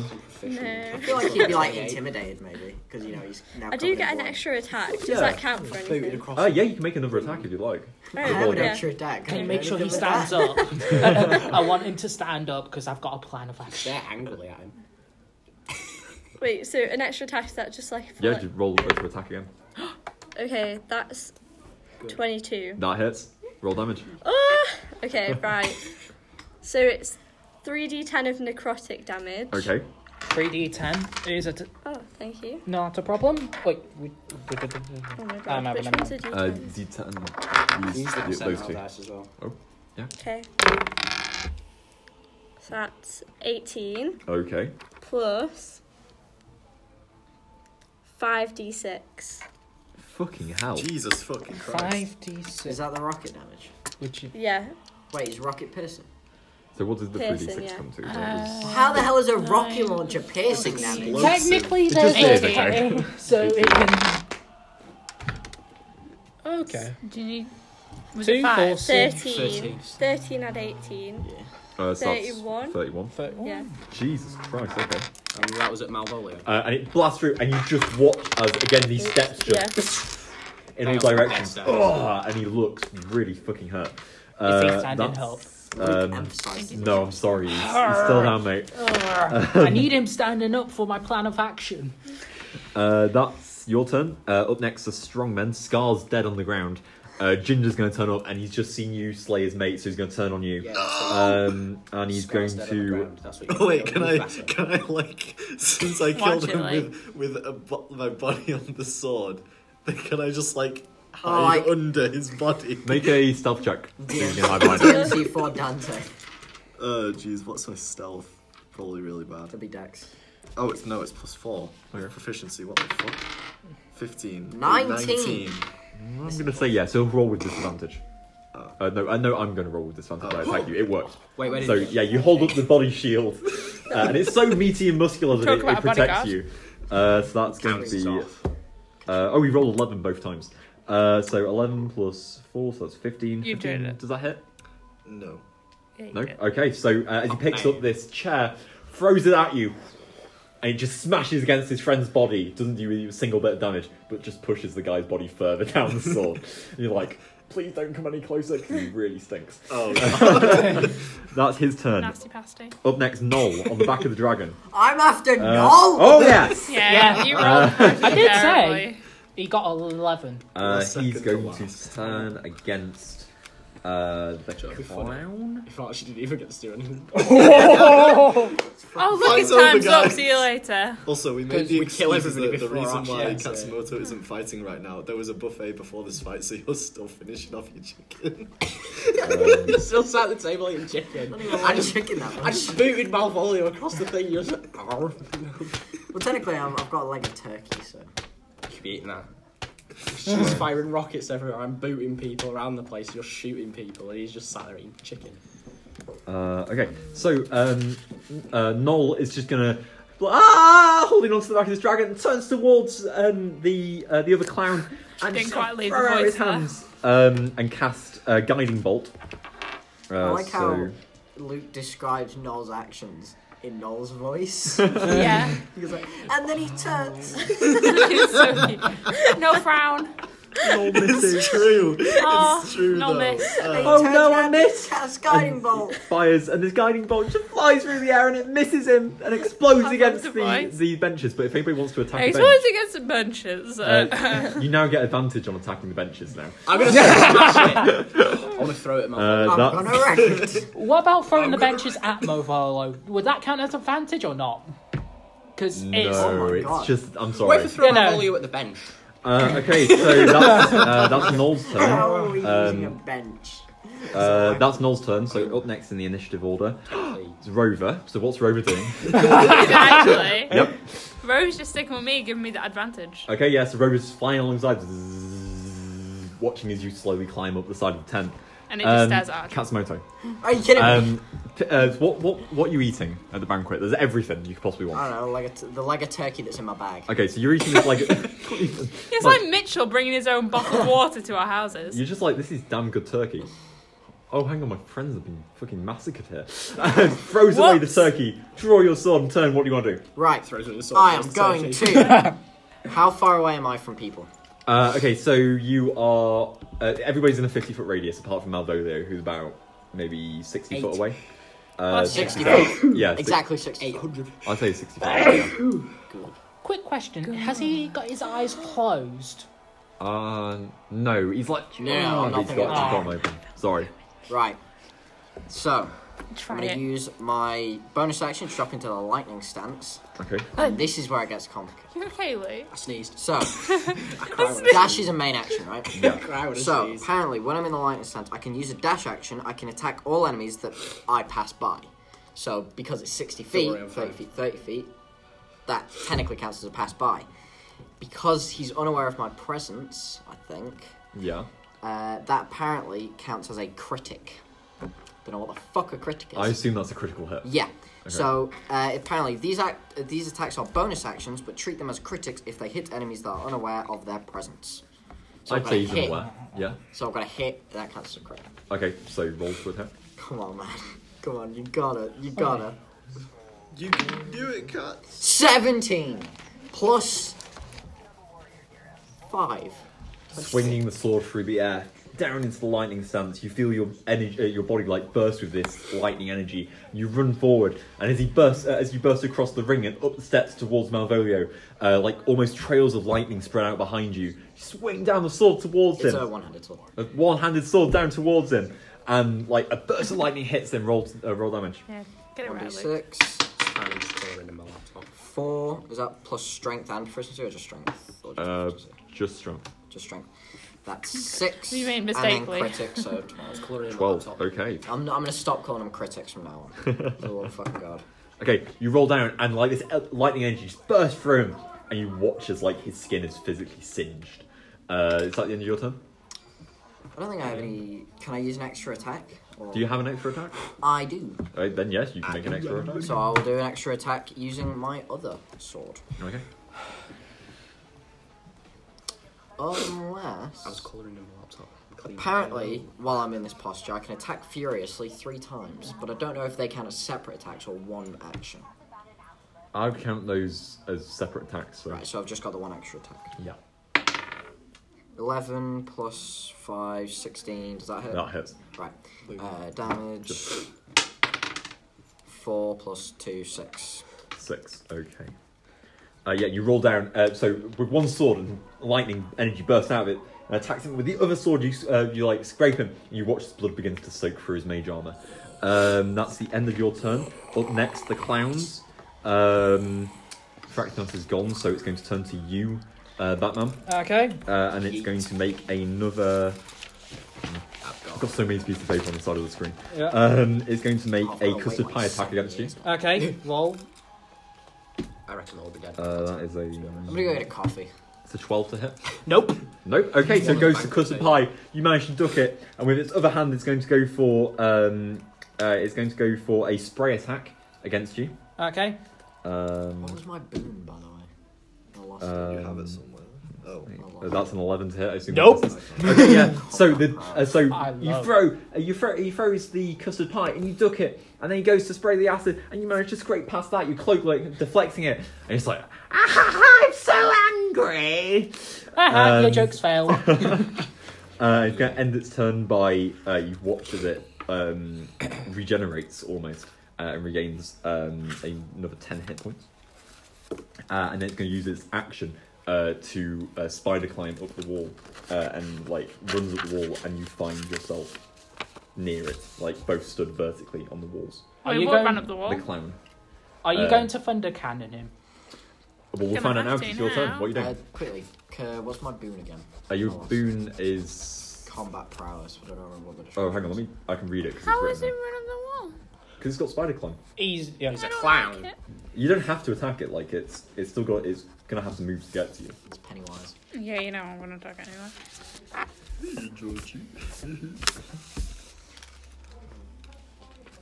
No. I feel like you'd be like intimidated maybe, because you know he's now. I do covered get in an blood. extra attack. Does Yeah. that count for Booted anything? across. Uh, yeah, you can make another attack if you like. Oh, I have an yeah. extra attack. Can you I make don't sure know he if stands that- up? I want him to stand up because I've got a plan of action. They're angrily at him. Wait, so an extra attack is that just like. a Yeah, flat- just roll to attack again. Okay, that's 22. That hits. Roll damage. Ah! Okay, right. so it's 3d10 of necrotic damage. Okay. 3d10 is a t- Oh, thank you. not a problem. Wait, we, we did Oh Ah, my I'm god. having Which a one's a Uh, d10? D10. These, He's the those percentile two. dice as well. okay. So that's 18 Okay. plus 5d6. Fucking hell. Jesus fucking Christ. Five d Is six. that the rocket damage? Would you? Yeah. Wait, is rocket piercing? So what does the three d Piercing, six yeah. come to? How the hell is a rocket launcher piercing damage? Explosive. Technically, It's just there's here, a okay. So it can. Okay. Do you need. Was Two, it five? four, six, 13. 13 at 18. Uh, so that's 31. 31. thirteen. Yeah. Jesus Christ. Okay. And that was at Malvolio. Uh, and it blasts through, and you just watch as again these steps just in all That was the directions. best Ugh, and he looks really fucking hurt. Uh, thinks I didn't that's, Um, Emphasize this. no, I'm sorry. He's, he's still down, mate. I need him standing up for my plan of action. Uh, that's your turn. Uh, up next are strongmen. Scar's dead on the ground. Uh, Ginger's going to turn up, and he's just seen you slay his mate, so he's going to turn on you. Yeah, that's what- Um, and he's Scar's going dead on the to. ground, that's what you Oh wait, can I That's it. can I like since I Watch killed it, him like. with with a, bo- my body on the sword, then can I just like Oh, hide I- under his body? Make a stealth check. See if you can hide behind it. DMC for Dante. Uh, jeez, what's my stealth? Probably really bad. That'll be Dex. Oh, it's no, it's plus four. My proficiency. What the fuck? Fifteen. Nineteen. I'm going to say yeah, so roll with disadvantage. Uh, no, I know I'm going to roll with disadvantage. I attack you. It worked. Wait, wait. So yeah, you hold up the body shield, uh, and it's so meaty and muscular that Talk it, about it a protects bodyguard. you. Uh, so that's going Counts to be. off. Uh, oh, we rolled eleven both times. Uh, so eleven plus four, so that's fifteen. You've 15, done it. Does that hit? No. Yeah, you No. did. Okay. So uh, as he picks man. up this chair, throws it at you, and it just smashes against his friend's body. Doesn't do you a single bit of damage, but just pushes the guy's body further down the sword. and you're like, please don't come any closer because he really stinks. Oh, That's his turn. Nasty pasty. Up next, Noel on the back of the dragon. I'm after Uh, Noel! Oh yes. Yeah, Yeah. you rolled pretty I did say. terribly. He got eleven. Uh, Second he's to going to last. turn against uh, the be funny. clown. If not, she didn't even get to steer anything. Um, Oh, look, Fight it's over, time's up. guys. See you later. Also, we Because made the we kill excuse everybody that the before reason our why chance, yeah. Katsumoto isn't fighting right now. There was a buffet before this fight, so you're still finishing off your chicken. Um, Still sat at the table eating chicken. I I'm just, chicken that I much. just booted Malvolio across the thing. You're just, "Arr." Well, technically, I'm, I've got a leg of turkey, so. You could be eating that. She's firing rockets everywhere. I'm booting people around the place. You're shooting people, and he's just sat there eating chicken. uh, okay, so um, uh, Noel is just gonna ah holding onto the back of this dragon, turns towards um, the uh, the other clown, and Didn't just quite leave throw the out his voice there. hands um, and cast uh, guiding bolt. Uh, I like how so- Luke describes Noel's actions in Noel's voice. Yeah. He's like, and then he turns. It's so cute. no frown. it's true. Oh, it's true. no though. miss. Uh, Oh, Turns no, I around, missed. Cast guiding And bolt. It fires, and this guiding bolt just flies through the air and it misses him and explodes I against love the the, voice. the benches. But if anybody wants to attack He's the bench, always against the bunches. uh, you now get advantage on attacking the benches now. I'm gonna smash it. I'm gonna throw it at Malvolio. Uh, I'm that's- gonna wreck it. What about throwing the benches at Movolo? Would that count as advantage or not? Because it's no, Oh my it's God. just I'm Wait sorry. for throwing Yeah, no. Malvolio at the bench. Uh, okay, so that's uh, that's Noel's turn. How are we Oh, using a Um, bench? Uh, that's Noel's turn. So up next in the initiative order, it's Rover. So what's Rover doing? actually. Yep. Rose just sticking with me, giving me the advantage. Okay, yeah, so Rover's flying alongside, zzzz, watching as you slowly climb up the side of the tent. And it just Um, stares at us. Katsumoto. Are you kidding me? Um, p- uh, what what what are you eating at the banquet? There's everything you could possibly I want. don't know, like a t- the leg of turkey that's in my bag. Okay, so you're eating this like It's like Mitchell bringing his own bottle of water to our houses. you're just like this is damn good turkey. Oh, hang on, my friends have been fucking massacred here. Throws away the Whoops. turkey. Draw your sword and turn. What do you want to do? Right, Throws it at the sword. I am going to. How far away am I from people? Uh, okay, so you are uh, everybody's in a 50 foot radius apart from Malvolio, who's about maybe 60 foot Eight. away. Uh, 60 foot. Yeah, si- Exactly 60. Eight hundred. I'd say 65. yeah. Quick question: Has he got his eyes closed? Uh, no, he's like he's got, No, he's Oh, nothing at got all. him open. Sorry. Right. So, I'm Try going to it. use my bonus action to drop into the lightning stance. Okay. And this is where it gets complicated. You okay, Luke? I sneezed. So, I cry when I dash is a main action, right? I cry when I So, sneeze. apparently, when I'm in the lightning stance, I can use a dash action, I can attack all enemies that I pass by. So because it's 60 feet, worry, I'm 30 fine. feet, 30 feet, that technically counts as a pass by. Because he's unaware of my presence, I think, Yeah. uh, that apparently counts as a critic. Don't know what the fuck a critic is. I assume that's a critical hit. Yeah. So uh, apparently, these act- uh, these attacks are bonus actions, but treat them as critics if they hit enemies that are unaware of their presence. So I'd I've say got he's a hit. unaware. Yeah. So I've got a hit. That counts as a crit. Okay, so roll to attack. Come on, man. Come on, you gotta, you gotta. You can do it, cats. Seventeen plus five. Swinging the sword through the air, down into the lightning stance, you feel your energy, uh, your body like burst with this lightning energy. You run forward, and as he bursts, uh, as you burst across the ring and up the steps towards Malvolio, uh, like almost trails of lightning spread out behind you, you swing down the sword towards It's him. a one-handed sword. a one-handed sword down towards him, and like a burst of lightning hits him. Roll uh, roll damage. Yeah, get it One d right, Luke. six. Spanish colour in my laptop. Four. Is that plus strength and proficiency, or just strength? Or just, Uh, proficiency? just strength. just strength. That's six. You mean And mistakenly. then critic, so twelve. Colour in my Twelve. laptop. Okay. I'm, I'm gonna stop calling them critics from now on. oh Lord fucking god. Okay, you roll down, and like this el- lightning energy just bursts through him, and you watch as like his skin is physically singed. Uh, is that the end of your turn? I don't think I have any. Can I use an extra attack? Or... Do you have an extra attack? I do. Alright, then yes, you can make an extra attack. So I will do an extra attack using my other sword. Okay. I was Unless. colouring in my laptop. Clean. Apparently, while I'm in this posture, I can attack furiously three times, but I don't know if they count as separate attacks or one action. I would count those as separate attacks. So. Right, so I've just got the one extra attack. Yeah. 11 plus 5, 16. Does that hit? That hits. Right. Uh, damage. 4 plus 2, 6. Six. Okay. Uh, yeah, you roll down. Uh, so with one sword and lightning energy bursts out of it and attacks him with the other sword. You s- uh, you like scrape him. And you watch his blood begins to soak through his mage armor. Um, that's the end of your turn. Up next, the clowns. Um, Fractionus is gone, so it's going to turn to you, uh, Batman, Okay. uh, and it's going to make another. I've got so many pieces of paper on the side of the screen. Yeah. Um, it's going to make I've a gotta custard wait pie like attack seven against you. years. Okay. Roll. I reckon I'll be dead. Uh, that is a. I'm gonna go get a coffee. It's a twelve to hit. Nope. Nope. Okay, so One it goes back to custard thing. pie. You manage to duck it, and with its other hand, it's going to go for um, uh, it's going to go for a spray attack against you. Okay. Um, What was my boon, by the way? I lost Uh, it. you have Um, it somewhere. Oh. I lost that's an eleven to hit. I assume Nope. that misses. okay, yeah. So the uh, so I you love- throw uh, you throw he throws the custard pie and you duck it, and then he goes to spray the acid, and you manage to scrape past that. You cloak like deflecting it, and it's like "Ah, I'm so angry. Haha, Ah, your Um, jokes failed. Uh, it's going to end its turn by uh, you watch as it um, regenerates almost uh, and regains um, another 10 hit points. Uh, and then it's going to use its action uh, to uh, spider climb up the wall uh, and like runs up the wall, and you find yourself near it, like both stood vertically on the walls. Are Wait, you what going- ran up the wall? The clown. Are you uh, going to thunder cannon him? Well, we'll Gonna find out now have 'cause to it's your turn. now. What are you Uh, oh. doing? quickly, uh, what's my boon again? Uh, your I lost it. boon is. Combat prowess, but I don't remember what the Oh, description hang on, let me. I can read it How because it's, is it written run up the wall? because it's got spider climb. He's yeah. He's I a don't clown. like You don't have to attack it. Like it's it's still got it's gonna have to move to get to you. It's Pennywise. it. Yeah, you know I'm gonna talk anyway.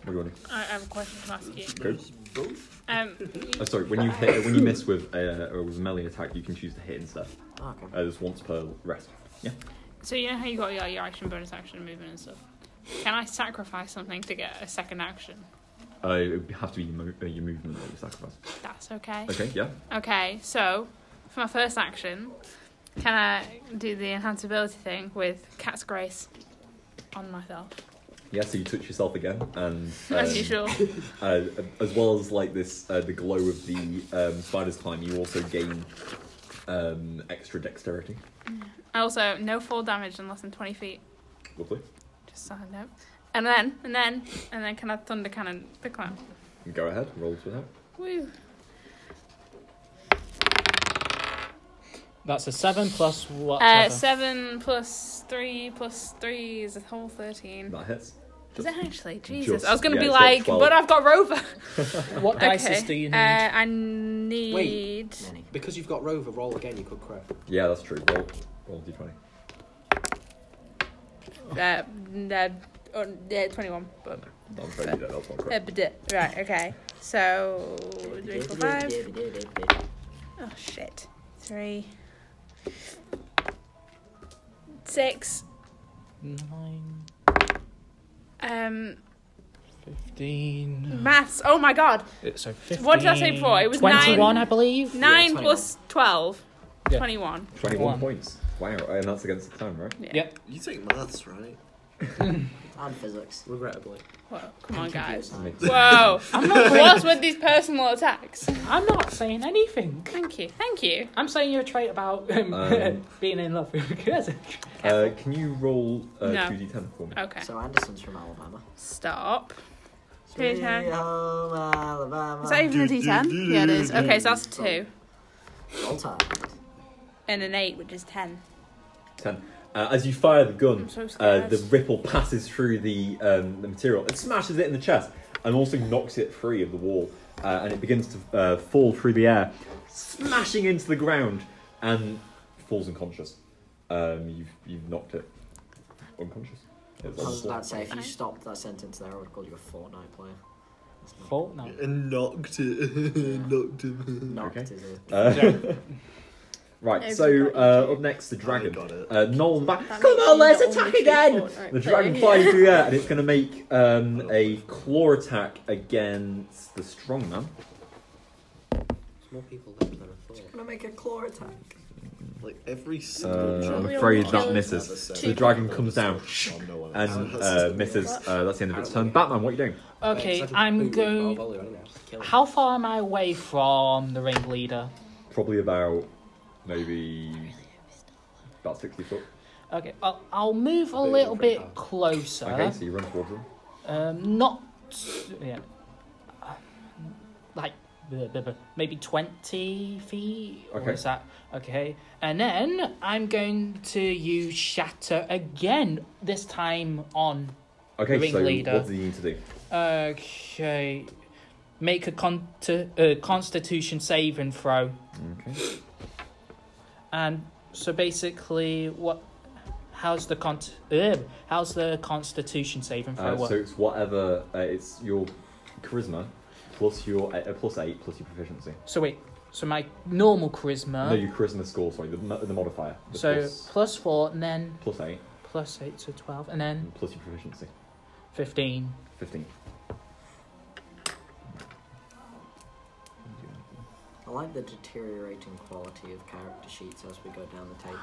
What do you want to? I I have a question to ask you. Go. Um, Oh, sorry. When you hit when you miss with a uh, with a melee attack, you can choose to hit instead. Oh, okay. Uh, there's once per rest. Yeah. so you know how you got your, your action, bonus action, movement, and stuff. Can I sacrifice something to get a second action? Uh, it would have to be your, mo- uh, your movement that you sacrifice. That's okay. Okay. Yeah. Okay, so for my first action, can I do the enhanceability thing with Cat's Grace on myself? Yeah. So you touch yourself again, and As um, usual. uh, as well as like this uh, the glow of the um, spider's climb, you also gain um, extra dexterity. Also, no fall damage in less than 20 feet. Lovely. Just so I know. And then, and then, and then can I thunder cannon the clown? Go ahead. Roll to that. Woo! That's a seven plus what? Uh, seven. seven plus three plus three is a whole 13. That hits. Is it actually? Jesus. Just- I was going to yeah, be it's got like, 12. but I've got Rover. What okay. dices do you need? Uh, I need. Many. Because you've got Rover, roll again, you could crit. Yeah, that's true. Roll, roll d20. Uh, uh, uh, 21. But, That was very good. That's not uh, correct. but, uh, right, okay. So, 3, 4, 5. Oh, shit. 3. 6. Nine, Um, fifteen. maths. Oh my god. uh, So fifteen. What did I say before? It was nine- twenty-one, I believe. 9 21. plus 12. Yeah. 21. 21 One. points. Wow, and that's against the time, right? Yeah. Yep. You take maths, right? And physics. Regrettably. Whoa, come on, guys. Computer science. Whoa. What's with these personal attacks? I'm not saying anything. Thank you. Thank you. I'm saying you're a trait about um, Um. being in love with Kurzik. Uh, can you roll uh, No. 2d10 for me? Okay. So Anderson's from Alabama. Stop. Three Sweet times. home Alabama. Is that even a d10? Yeah, it is. Okay, so that's a 2 Roll tide. and an 8, which is 10. 10. Uh, as you fire the gun, I'm so uh, scared. the ripple passes through the, um, the material and smashes it in the chest and also knocks it free of the wall. Uh, and it begins to uh, fall through the air, smashing into the ground and falls unconscious. Um, you've, you've knocked it unconscious. It's I on the was floor. about to say, if you Fine. stopped that sentence there, I would have called you a Fortnite player. That's not- Fortnite. And knocked it. knocked him. Not Okay. it is a- Uh, right, so Everybody uh, do. up next, the dragon. got it. Uh, Nolan back. That Come makes on, you let's the attack only again! true Fortnite The player. dragon flies through the air and it's going to make um, a claw attack against the strong man. There's more people there than I thought. gonna make a claw attack. Like every Uh, single I'm joke. afraid I've that ever misses. said. So the dragon comes down Oh, no one else. and uh, misses. Uh, that's the end of its turn. Batman, what are you doing? Okay, It's like a I'm boot with going. Barvolu, I don't know, just kill him. How far am I away from the ringleader? Probably about maybe about 60 foot. Okay, I'll, I'll move a Boot little from bit back. closer. Okay, so you run towards him. Um, not yeah, Uh, like blah, blah, blah, maybe twenty feet. Or Okay. Is that okay? And then I'm going to use shatter again. This time on. Okay, so Ringleader. what do you need to do? Okay. Make a con- to, uh, Constitution save and throw. Okay. And so basically, what? How's the con? Uh, how's the Constitution save and throw? Uh, work? so it's whatever. Uh, it's your charisma plus your uh, plus eight plus your proficiency. So wait. So my normal charisma. no, your charisma score. Sorry, the, mo- the modifier. The So plus, plus four, and then plus eight plus eight, so twelve, and then and plus your proficiency, Hmm. fifteen. fifteen. I like the deteriorating quality of character sheets as we go down the table.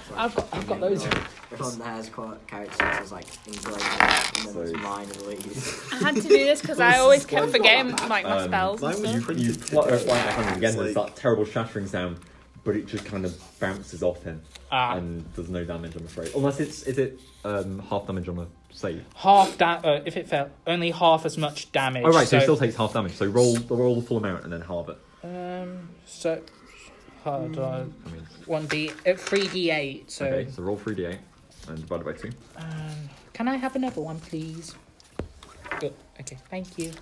It's like- I've got, I've got those. Everyone there has quite character sheets as like engraved, and then there's So- mine and Lee's. I had to do this because I always kept forgetting like my Um, spells and mine was stuff. You Printed you fly uh, today. fly at him again. It's There's like- that terrible shattering sound, but it just kind of bounces off him Ah. and does no damage. I'm afraid, unless it's is it um, half damage on a save. Half that. Uh, if it fell, only half as much damage. All Oh, right, so, it still takes half damage. So roll roll the full amount and then halve it. um, so hold on. I mean, One d, uh, three d eight. So okay, so roll three d eight and divide it by two. um, can I have another one, please? Good. Okay, thank you.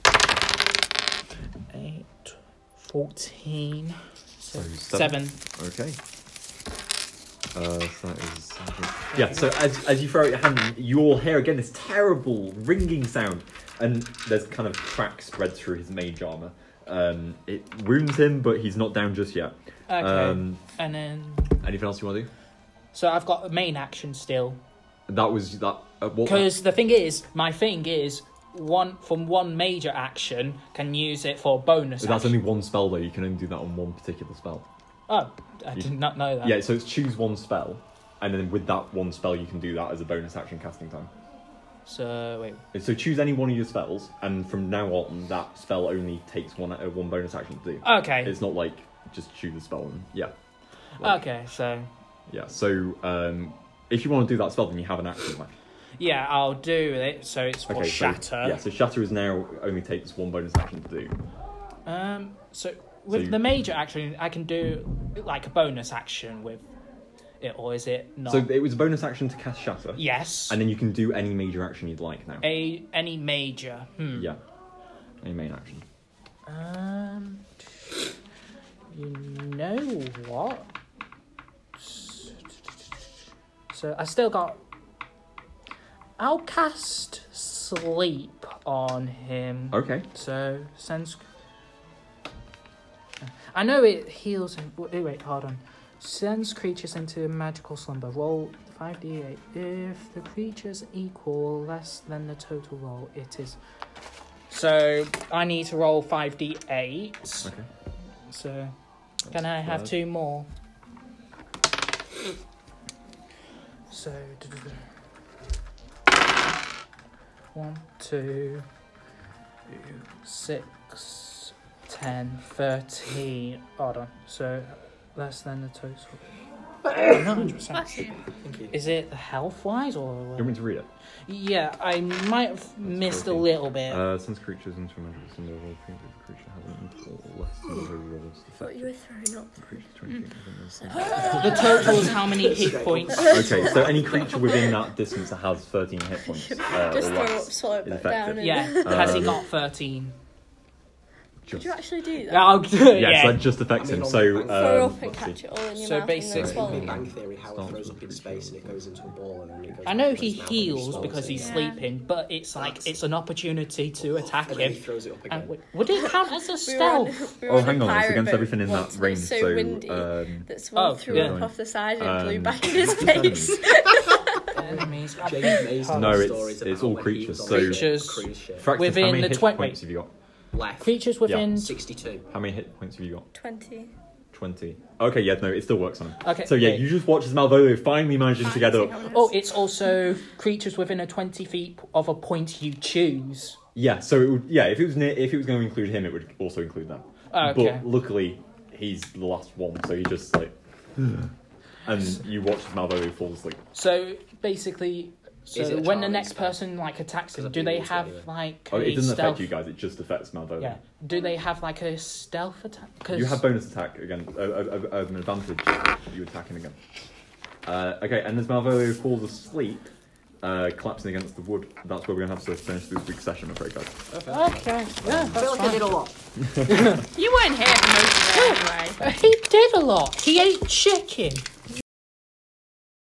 Eight, fourteen. So So seven. Okay. Uh, so that is. Yeah, so as, as you throw out your hand, you all hear again this terrible ringing sound, and there's kind of crack spread through his mage armor. Um, it wounds him, but he's not down just yet. Okay, Um, and then anything else you want to do? so I've got a main action still. That was that. Uh, what, Because the thing is, my thing is, one from one major action can use it for bonus. that's action. only one spell though. You can only do that on one particular spell. Oh, I did not know that. Yeah, so it's choose one spell, and then with that one spell, you can do that as a bonus action casting time. So wait, So choose any one of your spells, and from now on, that spell only takes one uh, one bonus action to do. okay, It's not like just choose the spell and yeah, like- okay. So yeah. So um, if you want to do that spell, then you have an action left. yeah, I'll do it. So it's for so- yeah, shatter. so shatter is now only takes one bonus action to do. Um, so with you- the major action, I can do like a bonus action with it, or is it not? So it was a bonus action to cast Shatter. yes. And then you can do any major action you'd like now. a any major? Hmm. Yeah. Any main action. Um, you know what? So I still got. I'll cast sleep on him. Okay. So sense. I know it heals him. Wait, wait, hold on. Sends creatures into a magical slumber. Roll 5d8. If the creature's equal less than the total roll, it is. So I need to roll 5d8. Okay. So can I have That's two more? So. One, two, six, ten, thirteen. Hold on. So less than the total. No, 100%. Bless you. Is it health wise or? You want me to read it? Yeah, I might have missed a 14. little bit. Uh, since creatures into a magical symbol, the creature has an equal or less than the rolls. The Thought effect you were throwing up. of the creature 20 feet within the total is how many hit points? the- Okay, so any creature within that distance that has 13 hit points uh, Just or throw up, less. swallow it back down. Infected. and- Yeah, has he Um, got thirteen? Did Just, you actually do that? I'll, yeah, yeah. so that just affects I mean, him. on So, the um, back- Throw up and let's catch see. it all in your So mouth basically- and then swallow Big it. Bang Theory, how it Starts throws with up in creature space and it goes into a ball and then it goes. I back know into he its mouth when you heals swallow because it. he's Yeah. sleeping, but it's like it's an opportunity to attack And then he him. throws it up And again. wait, would it count as a stealth? We were Oh, a hang on, it's pirate against boat everything in once that and range. it was so windy um, that Oh, someone threw yeah. up off the side and it blew Um, back in his who's enemy? face. Enemies. I James think- Mason hold No, on. it's- stories about it's all when he creatures, was so- on a Creatures. Cruise ship. Fractus, how Within many the hit 20 points have you got? Left. creatures within. Sixty-two. How many hit points have you got? 20. 20. Okay, yeah, no, it still works on him. Okay, So, yeah, wait. you just watch as Malvolio finally manages to get up. Fancy how it is. Oh, it's also creatures within a twenty feet of a point you choose. Yeah, so it would, yeah, if it was near, if it was going to include him, it would also include them. Okay. But luckily, he's the last one, so he just like, and you watch as Malvolio falls asleep. So basically, so it a when the charming next spell? person like attacks him, Because I do think they it is have anyway. like Oh, it a doesn't stealth? affect you guys; it just affects Malvolio. Yeah. Do they have like a stealth attack? 'Cause- You have bonus attack again, uh, uh, uh, an advantage. if You attack him again. Uh, okay, and as Malvolio falls asleep, uh, collapsing against the wood, that's where we're gonna have to finish this week's session, I'm afraid, guys. Okay. Yeah, I feel that's like I fine. did a lot. You weren't here for most of it anyway. He did a lot. He ate chicken.